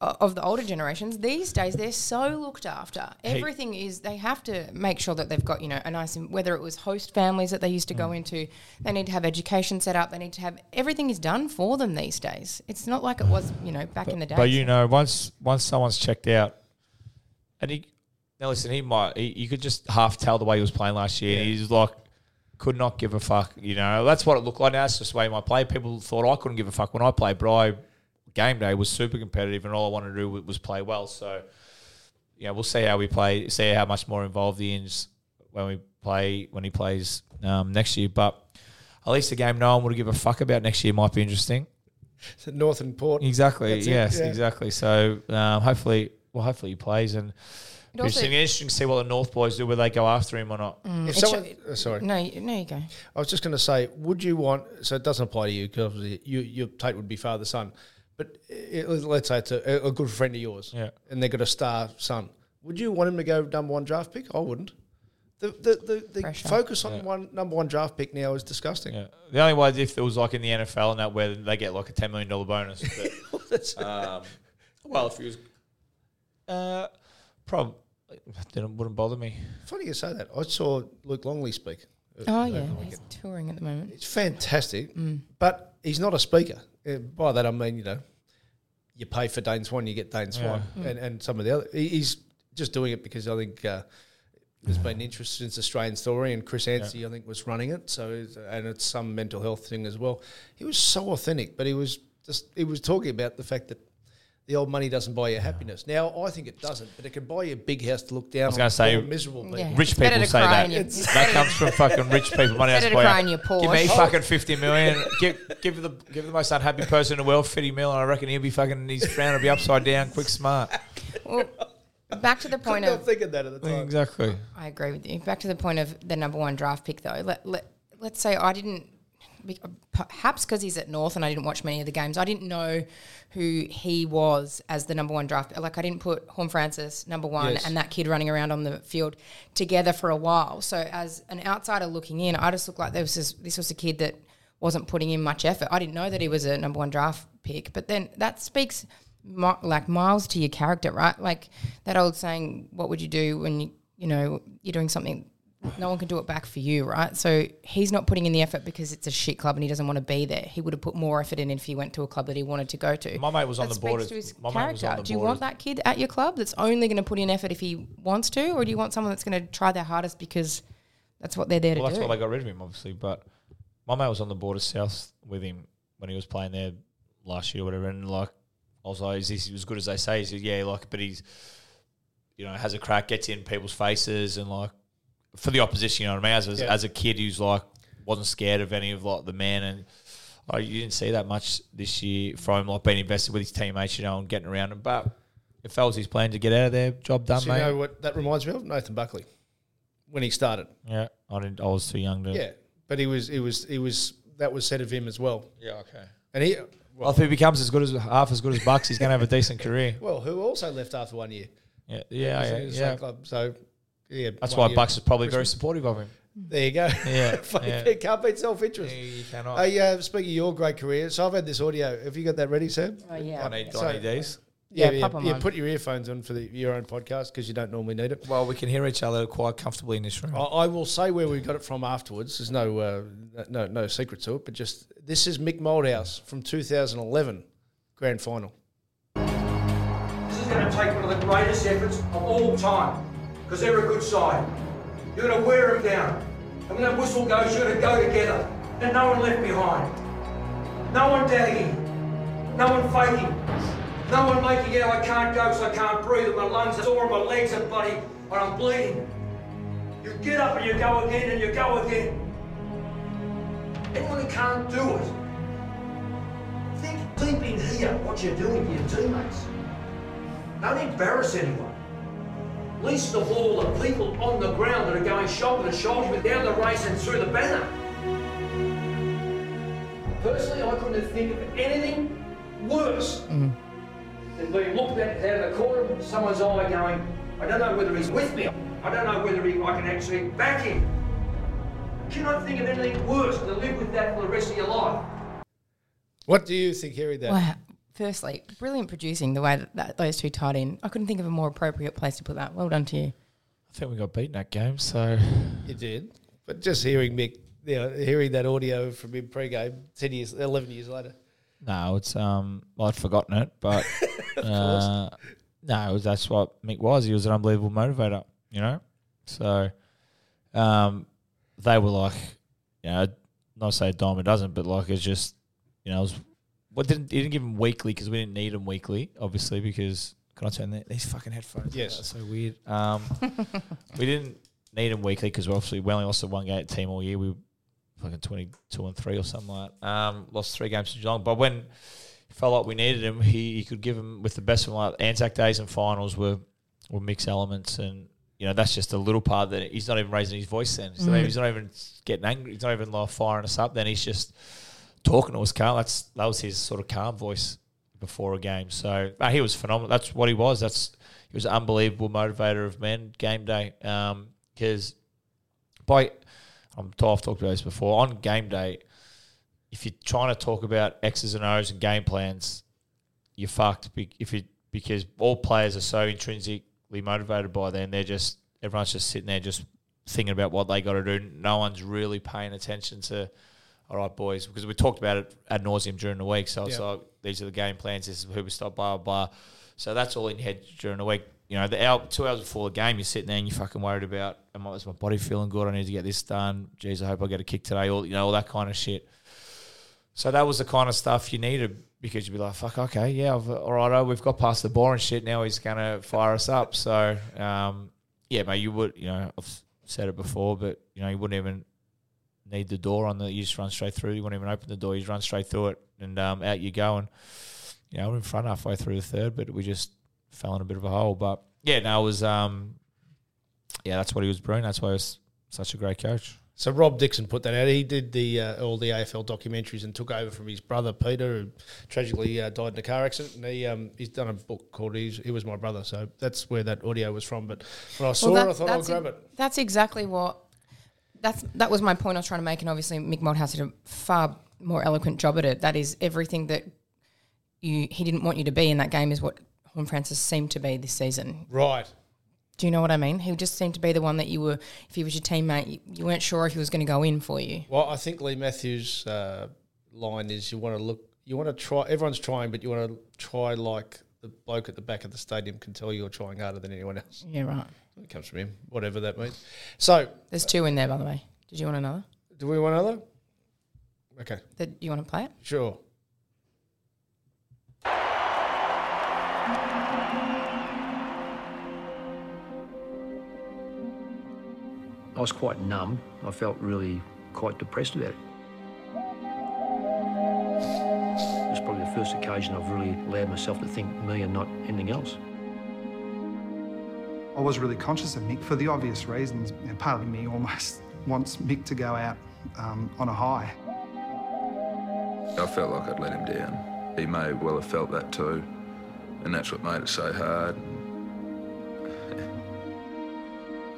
Speaker 3: o- of the older generations. These days, they're so looked after. Everything is they have to make sure that they've got you know a nice. Whether it was host families that they used to
Speaker 4: Mm.
Speaker 3: go into, they need to have education set up. They need to have everything is done for them these days. It's not like it was you know back in the day.
Speaker 4: But you know, once once someone's checked out, and he now listen, he might he, you could just half tell the way he was playing last year. He's like could not give a fuck. You know, that's what it looked like. Now that's just the way my play. People thought I couldn't give a fuck when I played, but I game day was super competitive, and all I wanted to do was, was play well. So you know, we'll see how we play, see how much more involved he is when we play when he plays um, next year, but. At least the game no one would give a fuck about next year might be interesting.
Speaker 2: So North and Port.
Speaker 4: Exactly.
Speaker 2: That's it,
Speaker 4: yes.
Speaker 2: yeah.
Speaker 4: Exactly. So um, hopefully, well, hopefully he plays, and
Speaker 3: It
Speaker 4: it's
Speaker 3: also- Mm.
Speaker 4: interesting to see what the North boys do, whether they go after him or not.
Speaker 2: If
Speaker 3: it
Speaker 2: someone,
Speaker 3: should-
Speaker 2: uh, sorry,
Speaker 3: no, you- no, you go.
Speaker 2: I was just going to say, would you want? So it doesn't apply to you because you, your Tate would be father son, but it, let's say it's a, a good friend of yours,
Speaker 4: Yeah.
Speaker 2: and they've got a star son. Would you want him to go number one draft pick? I wouldn't. The the, the, the
Speaker 3: Pressure.
Speaker 2: focus on one number one draft pick now is disgusting.
Speaker 4: Yeah. The only way is if it was like in the NFL and that where they get like a ten million dollar bonus. But, um, well, if he was, uh, probably didn't wouldn't bother me.
Speaker 2: Funny you say that. I saw Luke Longley speak.
Speaker 3: Oh yeah, he's touring at the moment.
Speaker 2: It's fantastic, but he's not a speaker. Uh, By that I mean, you know, you pay for Dane Swan, you get Dane Swan,
Speaker 4: Hmm.
Speaker 2: and, and some of the other. he- He's just doing it because I think uh, there's been interest since Australian story, and Chris Anstey I think was running it. So it's- and it's some mental health thing as well. He was so authentic, but he was just he was talking about the fact that. The old money doesn't buy you happiness. Now I think it doesn't, but it can buy you a big house to look down. I
Speaker 4: was gonna say-
Speaker 2: miserable. people.
Speaker 3: Yeah.
Speaker 4: Rich
Speaker 3: It's better
Speaker 4: people
Speaker 3: to
Speaker 4: say
Speaker 3: cry
Speaker 4: that.
Speaker 3: in your-
Speaker 4: It's- that comes from fucking rich people. Money
Speaker 3: better
Speaker 4: has
Speaker 3: to
Speaker 4: buy
Speaker 3: cry
Speaker 4: you.
Speaker 3: in your
Speaker 4: Give me
Speaker 3: Porsche. Oh.
Speaker 4: fucking fifty million. give give the give the most unhappy person in the world fifty million. I reckon he'll be fucking his frown will be upside down, quick smart.
Speaker 3: Well, back to the point
Speaker 2: I'm
Speaker 3: of
Speaker 2: not thinking that at the time.
Speaker 4: Exactly.
Speaker 3: I agree with you. Back to the point of the number one draft pick, though. Let, let, let's say I didn't, be- perhaps because he's at North and I didn't watch many of the games, I didn't know who he was as the number one draft. Like I didn't put Horn Francis number one
Speaker 2: Yes.
Speaker 3: and that kid running around on the field together for a while. So as an outsider looking in, I just looked like there was this, this was a kid that wasn't putting in much effort. I didn't know that he was a number one draft pick, but then that speaks mi- like miles to your character, right? Like that old saying, "What would you do when you you know you're doing something no one can do it back for you, right? So he's not putting in the effort because it's a shit club and he doesn't want to be there. He would have put more effort in if he went to a club that he wanted to go to.
Speaker 4: My mate was on
Speaker 3: That
Speaker 4: the board
Speaker 3: speaks
Speaker 4: at-
Speaker 3: To his
Speaker 4: my mate was
Speaker 3: character.
Speaker 4: on the
Speaker 3: do you
Speaker 4: board
Speaker 3: want
Speaker 4: at-
Speaker 3: that kid at your club that's only going to put in effort if he wants to, or do you want someone that's going to try their hardest because that's what they're there
Speaker 4: Well,
Speaker 3: to
Speaker 4: that's
Speaker 3: do?
Speaker 4: why they got rid of him, obviously. But my mate was on the board of South with him when he was playing there last year or whatever. And like, I was like, is he as good as they say? He said, yeah, like, but he's, you know, has a crack, gets in people's faces and like, for the opposition, you know what I mean? As, as,
Speaker 2: Yeah.
Speaker 4: as a kid who's like, wasn't scared of any of like the man and I you didn't see that much this year from like being invested with his teammates, you know, and getting around him. But if that was his plan to get out of there, job done,
Speaker 2: So
Speaker 4: mate.
Speaker 2: you know what that reminds me of? Nathan Buckley when he started.
Speaker 4: yeah, I didn't. I was too young to.
Speaker 2: Yeah, but he was he was he was that was said of him as well.
Speaker 4: Yeah. Okay.
Speaker 2: And he
Speaker 4: Well, if he becomes as good as half as good as Bucks, he's going to have a decent career.
Speaker 2: well, who also left after one year.
Speaker 4: Yeah, Oh, yeah, yeah.
Speaker 2: He was
Speaker 4: yeah.
Speaker 2: at club, so yeah,
Speaker 4: That's
Speaker 2: one
Speaker 4: why
Speaker 2: year.
Speaker 4: Bucks is probably very supportive of him.
Speaker 2: There you go.
Speaker 4: Yeah,
Speaker 2: Fucking
Speaker 4: yeah.
Speaker 2: It can't beat self interest.
Speaker 4: You cannot.
Speaker 2: Hey, uh, speaking of your great career, so I've had this audio. Have you got that ready, Sam?
Speaker 3: Oh,
Speaker 4: I
Speaker 3: yeah.
Speaker 4: need,
Speaker 2: So-
Speaker 4: I need these.
Speaker 3: Yeah,
Speaker 2: yeah,
Speaker 3: pop 'em
Speaker 2: yeah,
Speaker 3: on.
Speaker 2: Put your earphones on for the, your own podcast because you don't normally need it.
Speaker 4: Well, we can hear each other quite comfortably in this room.
Speaker 2: I, I will say where we got it from afterwards. There's no uh, no no secret to it, but just this is Mick Moldhouse from 2011 Grand Final.
Speaker 6: This is going to take one of the greatest efforts of all time because they're a good side. You're going to wear them down. And when that whistle goes, you're going to go together. And no one left behind. No one dagging. No one faking. No one making it, I can't go because I can't breathe. and My lungs are sore and my legs are bloody and I'm bleeding. You get up and you go again and you go again. Anyone who can't do it, think deep in here what you're doing to your teammates. Don't embarrass anyone. Least of all the people on the ground that are going shoulder to shoulder with down the race and through the banner. Personally, I couldn't think of anything worse than being looked at out of the corner of someone's eye going, I don't know whether he's with me. I don't know whether he, I can actually back him. You cannot think of anything worse than to live with that for the rest of your life.
Speaker 2: What do you think, Harry? That
Speaker 3: Wow. Firstly, brilliant producing the way that, that those two tied in. I couldn't think of a more appropriate place to put that. Well done to you.
Speaker 4: I think we got beaten that game, so
Speaker 2: you did, but just hearing Mick, you know, hearing that audio from him pre-game, ten years, eleven years later.
Speaker 4: no, it's um, well, I'd forgotten it, but uh, no, it was, that's what Mick was. He was an unbelievable motivator, you know. So, um, they were like, you know, not say a dime a dozen, but like it's just, you know, it was what didn't he didn't give them weekly because we didn't need them weekly, obviously because can I turn that, these fucking headphones?
Speaker 2: Yes.
Speaker 4: that's so weird. Um, we didn't need them weekly because obviously we only lost the one game at team all year. We were fucking twenty two and three or something like. That. Um, lost three games to Geelong, but when it felt like we needed him, he, he could give him with the best of them. Like Anzac days and finals were were mixed elements and. You know, that's just a little part that he's not even raising his voice then. So He's not even getting angry. He's not even like firing us up then. He's just talking to us calm. That's that was his sort of calm voice before a game. So uh, he was phenomenal. That's what he was. That's he was an unbelievable motivator of men game day. Because by I'm I've talked about this before on game day. If you're trying to talk about X's and O's and game plans, you're fucked. be- If you because all players are so intrinsically motivated by then, they're just everyone's just sitting there just thinking about what they got to do. No one's really paying attention to all right, boys, because we talked about it ad nauseum during the week. So it's
Speaker 2: Yeah.
Speaker 4: like, these are the game plans. This is who we stop, blah, blah, blah. So that's all in your head during the week. You know, the hour, two hours before the game, you're sitting there and you're fucking worried about, am I, is my body feeling good? I need to get this done. Jeez, I hope I get a kick today. All you know, all that kind of shit. So that was the kind of stuff you needed because you'd be like, fuck, okay, yeah, I've, all right, oh, we've got past the boring shit. Now he's going to fire us up. So, um, yeah, mate, you would, you know, I've said it before, but, you know, you wouldn't even need the door on the, you just run straight through. You wouldn't even open the door. You just run straight through it and um, out you go. And, you know, we're in front halfway through the third, but we just fell in a bit of a hole. But, yeah, no, it was, um, yeah, that's what he was brewing. That's why he was such a great coach.
Speaker 2: So Rob Dixon put that out. He did the uh, all the AFL documentaries and took over from his brother Peter, who tragically uh, died in a car accident. And he um, he's done a book called "He's He Was My Brother," so that's where that audio was from. But when I saw
Speaker 3: Well,
Speaker 2: it, I
Speaker 3: that-
Speaker 2: thought I'll
Speaker 3: that's
Speaker 2: grab
Speaker 3: e-
Speaker 2: it.
Speaker 3: That's exactly what. That's that was my point I was trying to make, and obviously Mick Moldhouse did a far more eloquent job at it. That is everything that you he didn't want you to be in that game is what Horn Francis seemed to be this season.
Speaker 2: Right.
Speaker 3: Do you know what I mean? He just seemed to be the one that you were. If he was your teammate, you, you weren't sure if he was going to go in for you.
Speaker 2: Well, I think Lee Matthews' uh, line is you want to look, you want to try, everyone's trying, but you want to try like the bloke at the back of the stadium can tell you're trying harder than anyone else.
Speaker 3: Yeah, right.
Speaker 2: It comes from him, whatever that means. So,
Speaker 3: There's two in there, by the way. Did you want another?
Speaker 2: do we want another? Okay,
Speaker 3: That you want to play it?
Speaker 2: sure.
Speaker 7: I was quite numb. I felt really quite depressed about it. It was probably the first occasion I've really allowed myself to think me and not anything else.
Speaker 6: I was really conscious of Mick for the obvious reasons. And part of me almost wants Mick to go out um, on a high.
Speaker 7: I felt like I'd let him down. He may well have felt that too, and that's what made it so hard.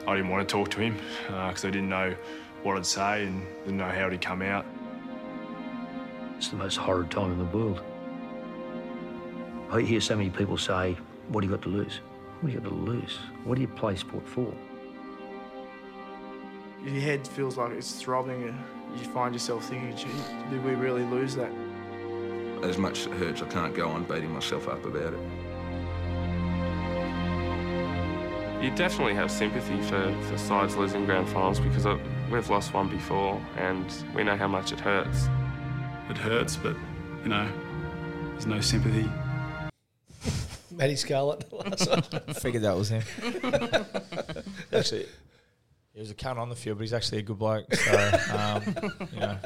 Speaker 6: I didn't want to talk to him because I didn't know what I'd say and didn't know how it'd come out.
Speaker 7: It's the most horrid time in the world. I hear so many people say, What do you got to lose? What do you got to lose? What do you play sport for?
Speaker 6: Your head feels like it's throbbing and you find yourself thinking, gee, did we really lose that?
Speaker 7: As much as it hurts, I can't go on beating myself up about it.
Speaker 6: You definitely have sympathy for, for sides losing grand finals because I, we've lost one before and we know how much it hurts. It hurts, but you know, there's no sympathy.
Speaker 2: Matty Scarlett. last one.
Speaker 4: I figured that was him. actually, he was a cunt on the field, but he's actually a good bloke. So, um, you know.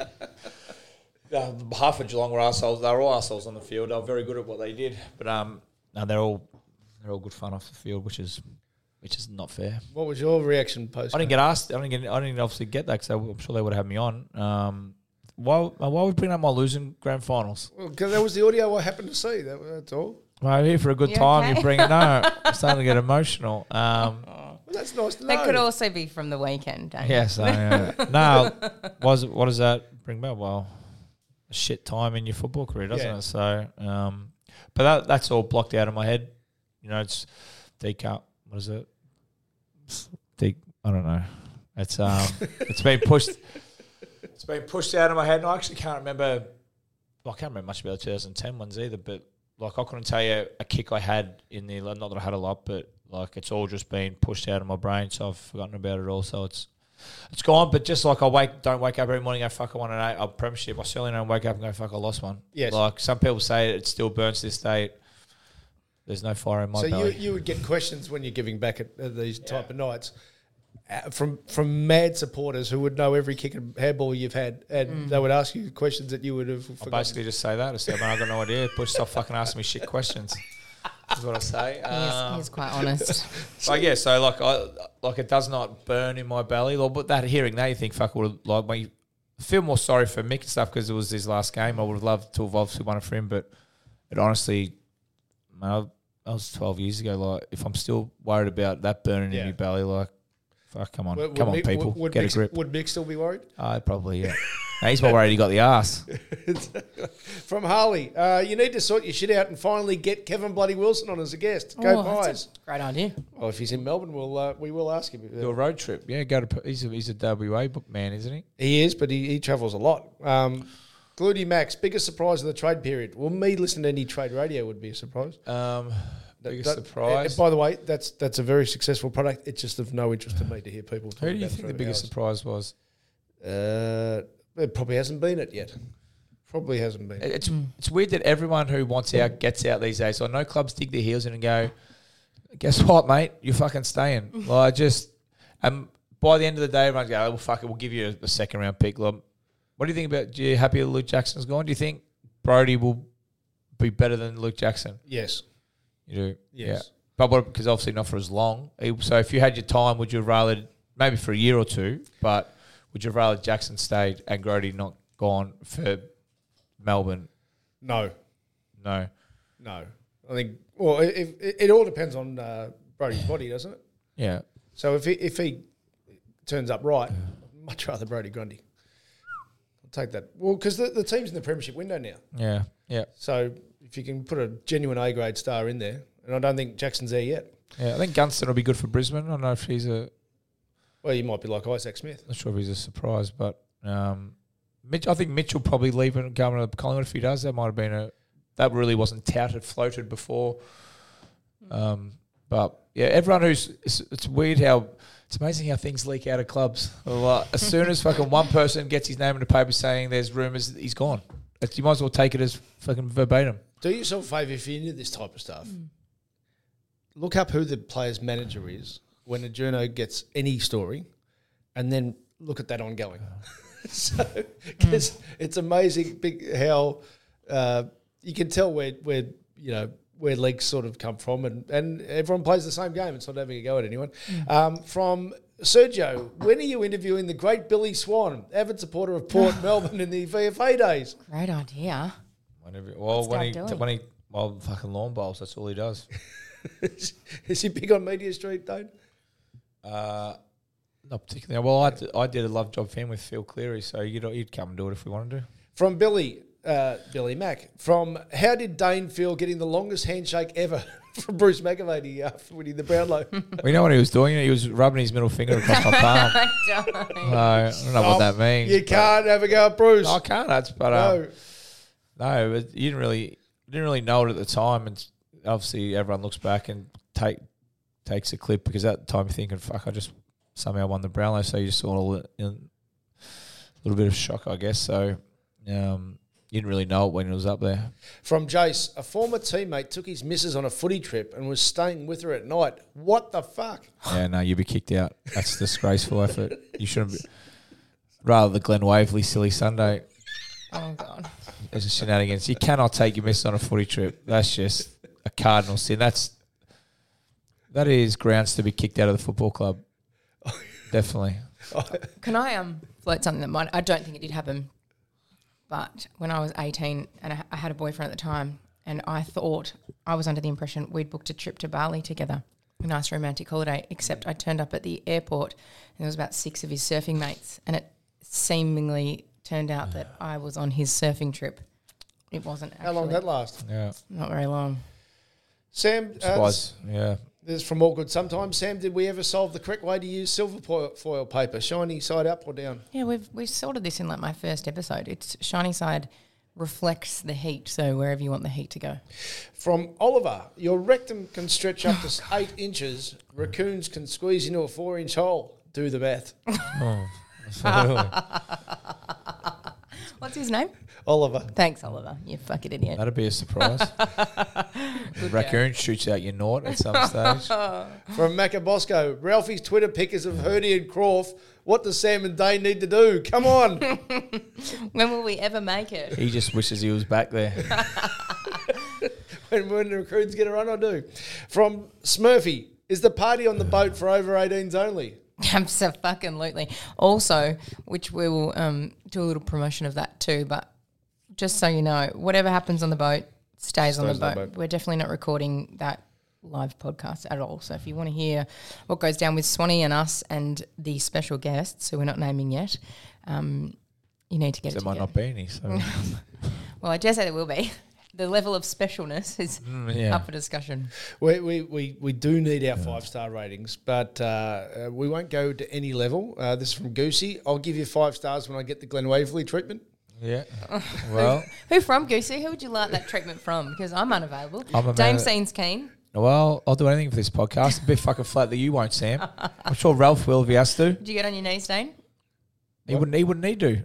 Speaker 4: Uh, half of Geelong were assholes. They were all assholes on the field. They were very good at what they did, but um, no, they're all they're all good fun off the field, which is which is not fair.
Speaker 2: what was your reaction post?
Speaker 4: I didn't get asked. I didn't. Get, I didn't obviously get that because I'm sure they would have had me on. Um, why? Why would bring up my losing grand finals?
Speaker 2: Because that was the audio I happened to see. That, that's all.
Speaker 4: Well, I'm here for a good
Speaker 3: You
Speaker 4: time.
Speaker 3: okay?
Speaker 4: You bring it up. I'm starting to get emotional. Um,
Speaker 2: Well, that's nice to know.
Speaker 3: That could also be from the weekend. Don't
Speaker 4: Yes, I am. no, was what does that bring about? Well, a shit time in your football career, doesn't
Speaker 2: Yeah.
Speaker 4: it? So, um, but that that's all blocked out of my head. You know, it's decap. What is it? De- I don't know. It's um, it's been pushed. It's been pushed out of my head, and I actually can't remember. Well, I can't remember much about the 2010 ones either, but like I couldn't tell you a kick I had in the not that I had a lot, but like it's all just been pushed out of my brain, so I've forgotten about it all. So it's it's gone. But just like I wake, don't wake up every morning. and Go fuck, I won an eight. I'll premiership. I certainly don't wake up and go fuck, I lost one.
Speaker 2: Yes.
Speaker 4: Like some people say, it still burns to this day. There's no fire in my
Speaker 2: so you,
Speaker 4: belly.
Speaker 2: you would get questions when you're giving back at, at these type of nights uh, from from mad supporters who would know every kick and handball you've had, and
Speaker 3: Mm.
Speaker 2: they would ask you questions that you would have
Speaker 4: I
Speaker 2: forgotten.
Speaker 4: basically just say that. I say, man, I've got no idea. But stop fucking asking me shit questions. Is what I say.
Speaker 3: He is,
Speaker 4: Um,
Speaker 3: he is quite honest.
Speaker 4: Like yeah, so like I like it does not burn in my belly. Like, but that hearing that you think fuck would have like my feel more sorry for Mick and stuff because it was his last game. I would have loved to have obviously won it for him, but it honestly, man, I, that was twelve years ago. Like if I'm still worried about that burning
Speaker 2: Yeah.
Speaker 4: in your belly, like fuck, come on,
Speaker 2: Would- would
Speaker 4: come on,
Speaker 2: Mick-
Speaker 4: people,
Speaker 2: would
Speaker 4: get
Speaker 2: Mick,
Speaker 4: a grip.
Speaker 2: Would Mick still be worried?
Speaker 4: I probably yeah. Now, he's more worried he got the ass.
Speaker 2: From Harley, uh, you need to sort your shit out and finally get Kevin Bloody Wilson on as a guest. Go
Speaker 3: Oh, that's
Speaker 2: Pies.
Speaker 3: a great idea.
Speaker 2: Well, if he's in Melbourne, we'll uh, we will ask him.
Speaker 4: Do a road trip, yeah. Go to P- he's a, he's a WA book man, isn't he?
Speaker 2: He is, but he, he travels a lot. Um, Gluty Max, biggest surprise of the trade period. Well, me listening to any trade radio would be a surprise.
Speaker 4: Um, biggest
Speaker 2: That- eh,
Speaker 4: surprise.
Speaker 2: and by the way, that's that's a very successful product. It's just of no interest to me to hear people.
Speaker 4: Who
Speaker 2: talk
Speaker 4: do you
Speaker 2: about
Speaker 4: think the
Speaker 2: three
Speaker 4: biggest
Speaker 2: hours.
Speaker 4: surprise was?
Speaker 2: Uh, it probably hasn't been it yet. Probably hasn't been.
Speaker 4: It- It's it's weird that everyone who wants out gets out these days. I know clubs dig their heels in and go, guess what, mate? You're fucking staying. like, just and by the end of the day, everyone's going, "Oh, well, fuck it, we'll give you a, a second round pick. Like, what do you think about? Do you happy Luke Jackson's gone? Do you think Brody will be better than Luke Jackson?
Speaker 2: yes.
Speaker 4: You do, yeah.
Speaker 2: Yes.
Speaker 4: But what? Because obviously not for as long. He- So if you had your time, would you rather maybe for a year or two? But Would you rather Jackson stayed and Grody not gone for Melbourne?
Speaker 2: No,
Speaker 4: No.
Speaker 2: no. I think. Well, it, it, it all depends on uh, Brody's body, doesn't it?
Speaker 4: Yeah.
Speaker 2: So if he, if he turns up right, I'd much rather Brody Grundy. I'll take that. Well, because the, the team's in the premiership window now.
Speaker 4: Yeah. Yeah.
Speaker 2: So if you can put a genuine A grade star in there, and I don't think Jackson's there yet.
Speaker 4: Yeah. I think Gunston will be good for Brisbane. I don't know if he's a
Speaker 2: Well, you might be like Isaac Smith.
Speaker 4: not sure if he's a surprise, but um, Mitch, I think Mitchell probably leaving and going to Collingwood if he does. That might have been a that really wasn't touted, floated before. Um, but yeah, everyone who's it's, it's weird how it's amazing how things leak out of clubs. Like, as soon as fucking one person gets his name in the paper saying there's rumours, he's gone. It's, you might as well take it as fucking verbatim.
Speaker 2: Do yourself a favour if you're into this type of stuff. Look up who the player's manager is when a journo gets any story, and then look at that ongoing. so, because it's amazing big how uh, you can tell where where you know where leaks sort of come from, and and everyone plays the same game. It's not having a go at anyone. Um, from Sergio, when are you interviewing the great Billy Swan, avid supporter of Port Melbourne in the VFA days?
Speaker 3: Great idea.
Speaker 4: Whenever, well,
Speaker 3: What's when he- Dad doing? when
Speaker 4: he well fucking lawn bowls, that's all he does.
Speaker 2: is he big on Media Street, Dane?
Speaker 4: Uh, not particularly. Well, I did, I did a love job for him with Phil Cleary, so you'd, you'd come and do it if we wanted to.
Speaker 2: From Billy, uh, Billy Mack. From how did Dane feel getting the longest handshake ever from Bruce McAvaney after winning the Brownlow?
Speaker 4: Well, you know what he was doing? He was rubbing his middle finger across my palm. I don't, know what that means.
Speaker 2: you can't have a go at Bruce.
Speaker 4: No, I can't. That's but um,
Speaker 2: No.
Speaker 4: no, but you didn't really you didn't really know it at the time, and obviously everyone looks back and take takes a clip because at the time you're thinking, "Fuck, I just somehow won the Brownlow," so you just saw a little, a little bit of shock, I guess. So um, you didn't really know it when it was up there.
Speaker 2: From Jace, a former teammate took his missus on a footy trip and was staying with her at night. What the fuck?
Speaker 4: Yeah, no, you'd be kicked out. That's a disgraceful effort. You shouldn't be. Rather the Glen Waverley silly Sunday
Speaker 3: Oh god.
Speaker 4: as a shenanigans. You cannot take your miss on a footy trip. That's just a cardinal sin. That's that is grounds to be kicked out of the football club. Definitely.
Speaker 3: Can I um float something that might? I don't think it did happen, but when I was eighteen and I, I had a boyfriend at the time, and I thought I was under the impression we'd booked a trip to Bali together, a nice romantic holiday. Except I turned up at the airport, and there was about six of his surfing mates, and it seemingly turned out that I was on his surfing trip. It wasn't. Actually,
Speaker 2: How long that last?
Speaker 4: Yeah.
Speaker 3: Not very long.
Speaker 2: Sam, uh,
Speaker 4: Spice. Yeah.
Speaker 2: this is from Awkward Sometimes. Sam, did we ever solve the correct way to use silver foil, foil paper, shiny side up or down?
Speaker 3: Yeah, we've we've sorted this in like my first episode. It's shiny side reflects the heat, so wherever you want the heat to go.
Speaker 2: From Oliver, your rectum can stretch up to eight inches. Raccoons can squeeze into a four-inch hole. Do the math.
Speaker 3: What's his name?
Speaker 2: Oliver.
Speaker 3: Thanks, Oliver. You fucking idiot.
Speaker 4: That'd be a surprise. Raccoon shoots out your nought at some stage.
Speaker 2: From Macabosco, Ralphie's Twitter pic is of Hurdy and Croft. What does Sam and Dane need to do? Come on.
Speaker 3: When will we ever make it?
Speaker 4: He just wishes he was back there.
Speaker 2: when, when the raccoons get a run, I do. From Smurfy, is the party on the boat for over 18s only?
Speaker 3: Absolutely. Also, which we will um, do a little promotion of that too, but just so you know, whatever happens on the boat stays, on, the boat. We're definitely not recording that live podcast at all. So if you want to hear what goes down with Swanee and us and the special guests who we're not naming yet, um, you need to get it
Speaker 4: There might
Speaker 3: together.
Speaker 4: not be any. So
Speaker 3: Well, I dare say there will be. The level of specialness is
Speaker 4: yeah.
Speaker 3: up for discussion.
Speaker 2: We, we, we, we do need our five star ratings, but uh, uh, we won't go to any level. Uh, this is from Goosey. I'll give you five stars when I get the Glen Waverley treatment.
Speaker 4: yeah. Well,
Speaker 3: Who from Goosey? Who would you like that treatment from? Because I'm unavailable.
Speaker 4: I'm a
Speaker 3: Dame
Speaker 4: man-
Speaker 3: Scene's keen.
Speaker 4: well, I'll do anything for this podcast. It'd be fucking flat that you won't, Sam. I'm sure Ralph will if he has to.
Speaker 3: Did you get on your knees, Dane?
Speaker 4: He wouldn't. He wouldn't need to.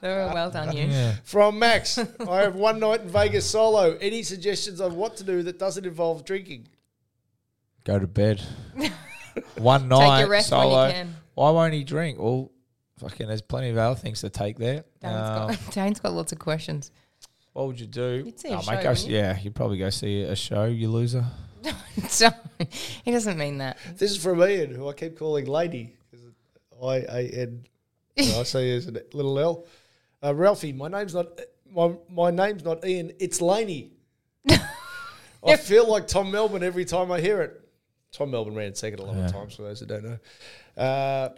Speaker 3: Very well done, you.
Speaker 2: From Max, I have one night in Vegas solo. Any suggestions on what to do that doesn't involve drinking?
Speaker 4: Go to bed. One night
Speaker 3: rest when you
Speaker 4: solo.
Speaker 3: can.
Speaker 4: Why won't he drink? Well, fucking. There's plenty of other things to take there.
Speaker 3: Dane's
Speaker 4: Um,
Speaker 3: got, Dane's got lots of questions.
Speaker 4: what would you do?
Speaker 3: You'd see a
Speaker 4: Oh, mate,
Speaker 3: show,
Speaker 4: go
Speaker 3: wouldn't
Speaker 4: s-
Speaker 3: you?
Speaker 4: Yeah, you'd probably go see a show. You loser.
Speaker 3: Don't- he doesn't mean that.
Speaker 2: This is from Ian, who I keep calling Lady. I A N. I say is a little L. Uh, Ralphie, my name's not my my name's not Ian. It's Laney. I feel like Tom Melbourne every time I hear it. Tom Melbourne ran second a lot of times. For those that don't know, uh,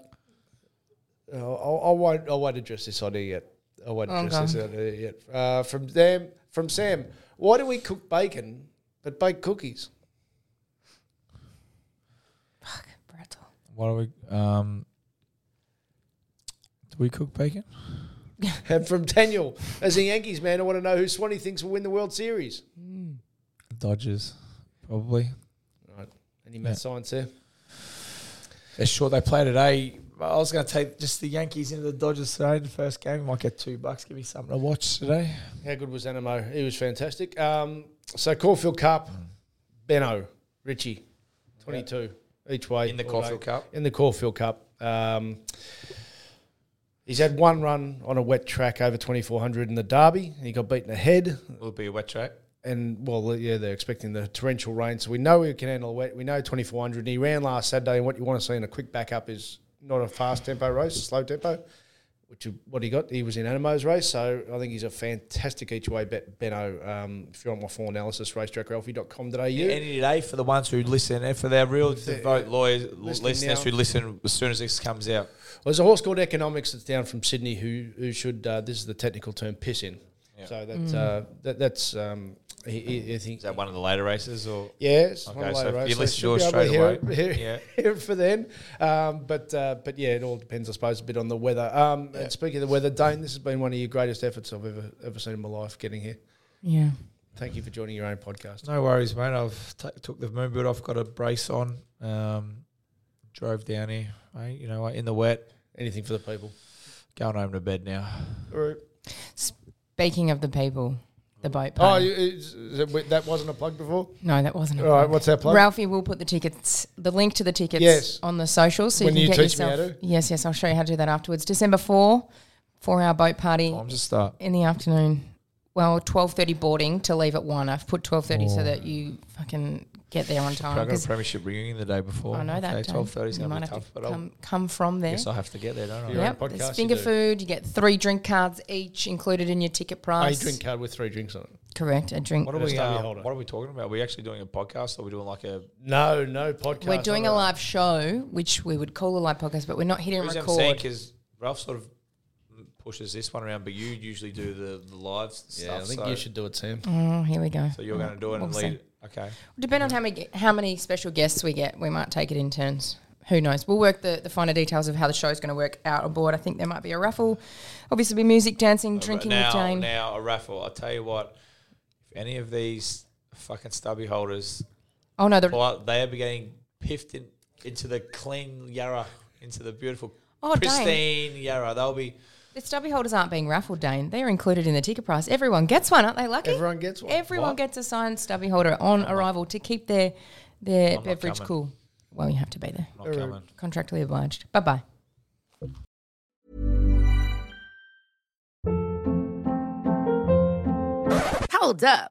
Speaker 2: I, I won't. I won't address this on here yet. I won't address
Speaker 3: Okay.
Speaker 2: this on here yet. Uh, from Sam. From Sam. Why do we cook bacon but bake cookies?
Speaker 3: Brattle.
Speaker 4: What are we? Um, do we cook bacon?
Speaker 2: And from Daniel, as a Yankees man, I want to know who Swanee thinks will win the World Series.
Speaker 4: Dodgers, probably.
Speaker 2: Right. Any math science there?
Speaker 4: They're sure they play today. I was going to take just the Yankees into the Dodgers today. The first game, might get two bucks. Give me something to watch today.
Speaker 2: How good was Animo? He was fantastic. Um, so Caulfield Cup, Benno, Richie, 22 each way.
Speaker 4: In the
Speaker 2: all day.
Speaker 4: Caulfield Cup?
Speaker 2: In the Caulfield Cup. Um, he's had one run on a wet track over 2400 in the Derby. He got beaten ahead.
Speaker 4: Will it be a wet track?
Speaker 2: and well, yeah, they're expecting the torrential rain, so we know he can handle the wet. We know twenty four hundred. He ran last Saturday, and what you want to see in a quick backup is not a fast tempo race, a slow tempo, which is what he got. He was in Animo's race, so I think he's a fantastic each way bet, Benno. Um, if you want my full analysis, racetrackralphie.com.au. Yeah,
Speaker 4: Any day for the ones who listen and for their real devote lawyers,
Speaker 2: Listening
Speaker 4: listeners
Speaker 2: now.
Speaker 4: who listen as soon as this comes out.
Speaker 2: Well, there's a horse called Economics that's down from Sydney who who should uh, this is the technical term piss in. So that, uh, that that's um, he, he, I think
Speaker 4: Is that one of the later races or?
Speaker 2: Yes.
Speaker 4: Okay,
Speaker 2: one of
Speaker 4: so
Speaker 2: the
Speaker 4: if
Speaker 2: later
Speaker 4: you
Speaker 2: roads,
Speaker 4: list
Speaker 2: should
Speaker 4: yours
Speaker 2: be able to
Speaker 4: straight
Speaker 2: hear it-
Speaker 4: away.
Speaker 2: hear it-
Speaker 4: Yeah.
Speaker 2: hear it for then. Um, but uh, but yeah, it all depends, I suppose, a bit on the weather. Um, And speaking of the weather, Dane, this has been one of your greatest efforts I've ever ever seen in my life getting here.
Speaker 3: Yeah.
Speaker 2: Thank you for joining your own podcast.
Speaker 4: No worries, mate. I've t- took the moon boot off, got a brace on, um, drove down here, mate. You know, in the wet,
Speaker 2: Anything for the people.
Speaker 4: going home to bed now.
Speaker 3: Speaking of the people, the boat.
Speaker 2: Oh,
Speaker 3: Party.
Speaker 2: you, is- is it- that wasn't a plug before.
Speaker 3: no, that wasn't. a
Speaker 2: All right,
Speaker 3: plug.
Speaker 2: what's our plug?
Speaker 3: Ralphie will put the tickets, the link to the tickets,
Speaker 2: Yes.
Speaker 3: on the socials. So
Speaker 2: When
Speaker 3: you
Speaker 2: you
Speaker 3: can get
Speaker 2: teach me
Speaker 3: yourself.
Speaker 2: how to?
Speaker 3: Yes, yes, I'll show you how to do that afterwards. December four, four-hour boat party
Speaker 4: I'm just start.
Speaker 3: in the afternoon. Well, twelve thirty boarding to leave at one. I've put twelve thirty so that you fucking get there on
Speaker 4: Oh. I
Speaker 3: time.
Speaker 4: got a
Speaker 3: Oh, 'cause
Speaker 4: premiership ringing the day before.
Speaker 3: I know that. Dane.
Speaker 4: Twelve thirty is
Speaker 3: You
Speaker 4: gonna
Speaker 3: might
Speaker 4: be
Speaker 3: have
Speaker 4: tough,
Speaker 3: to
Speaker 4: but I'll,
Speaker 3: come, come from there.
Speaker 4: guess I have to get there, don't I?
Speaker 2: You're on
Speaker 3: Yep,
Speaker 2: podcast,
Speaker 3: there's
Speaker 2: you
Speaker 3: finger
Speaker 2: do.
Speaker 3: food. You get three drink cards each included in your ticket
Speaker 2: A
Speaker 4: Oh,
Speaker 3: price.
Speaker 2: Oh, drink card with three drinks on it.
Speaker 3: Correct, a drink.
Speaker 4: What are
Speaker 2: Let's
Speaker 4: we?
Speaker 2: start with
Speaker 4: um,
Speaker 2: Holden.
Speaker 4: what are we talking about? Are we actually doing a podcast, or are we doing like a?
Speaker 2: No, no podcast.
Speaker 3: We're doing
Speaker 2: on
Speaker 3: a
Speaker 2: it.
Speaker 3: live show, which we would call a live podcast, but we're not hitting
Speaker 4: The reason I'm saying
Speaker 3: record.
Speaker 4: because Ralph sort of pushes this one around, but you usually do the the live
Speaker 2: Yeah,
Speaker 4: stuff.
Speaker 2: I think
Speaker 4: so,
Speaker 2: you should do it, Sam.
Speaker 3: Oh, here we go.
Speaker 4: So you're going to do it and
Speaker 3: We'll
Speaker 4: lead.
Speaker 3: see.
Speaker 4: it. Okay.
Speaker 3: Depending on how many how many special guests we get, we might take it in turns. Who knows? We'll work the, the finer details of how the show's going to work out on board. I think there might be a raffle. Obviously, be music, dancing, drinking
Speaker 4: now,
Speaker 3: with Jane.
Speaker 4: Now a raffle. I'll tell you what. If any of these fucking stubby holders,
Speaker 3: Oh no, the
Speaker 4: well, they are getting piffed in, into the clean yarra, into the beautiful,
Speaker 3: Oh, dang.
Speaker 4: pristine yarra, they'll be.
Speaker 3: the stubby holders aren't being raffled, Dane. They're included in the ticket price. Everyone gets one, aren't they? Lucky.
Speaker 2: Everyone gets one.
Speaker 3: Everyone
Speaker 4: What?
Speaker 3: gets a signed stubby holder on arrival to keep their their
Speaker 4: not
Speaker 3: beverage
Speaker 4: coming.
Speaker 3: cool. Well, you have to be there.
Speaker 4: Not coming.
Speaker 3: Contractually obliged. Bye bye.
Speaker 8: Hold up.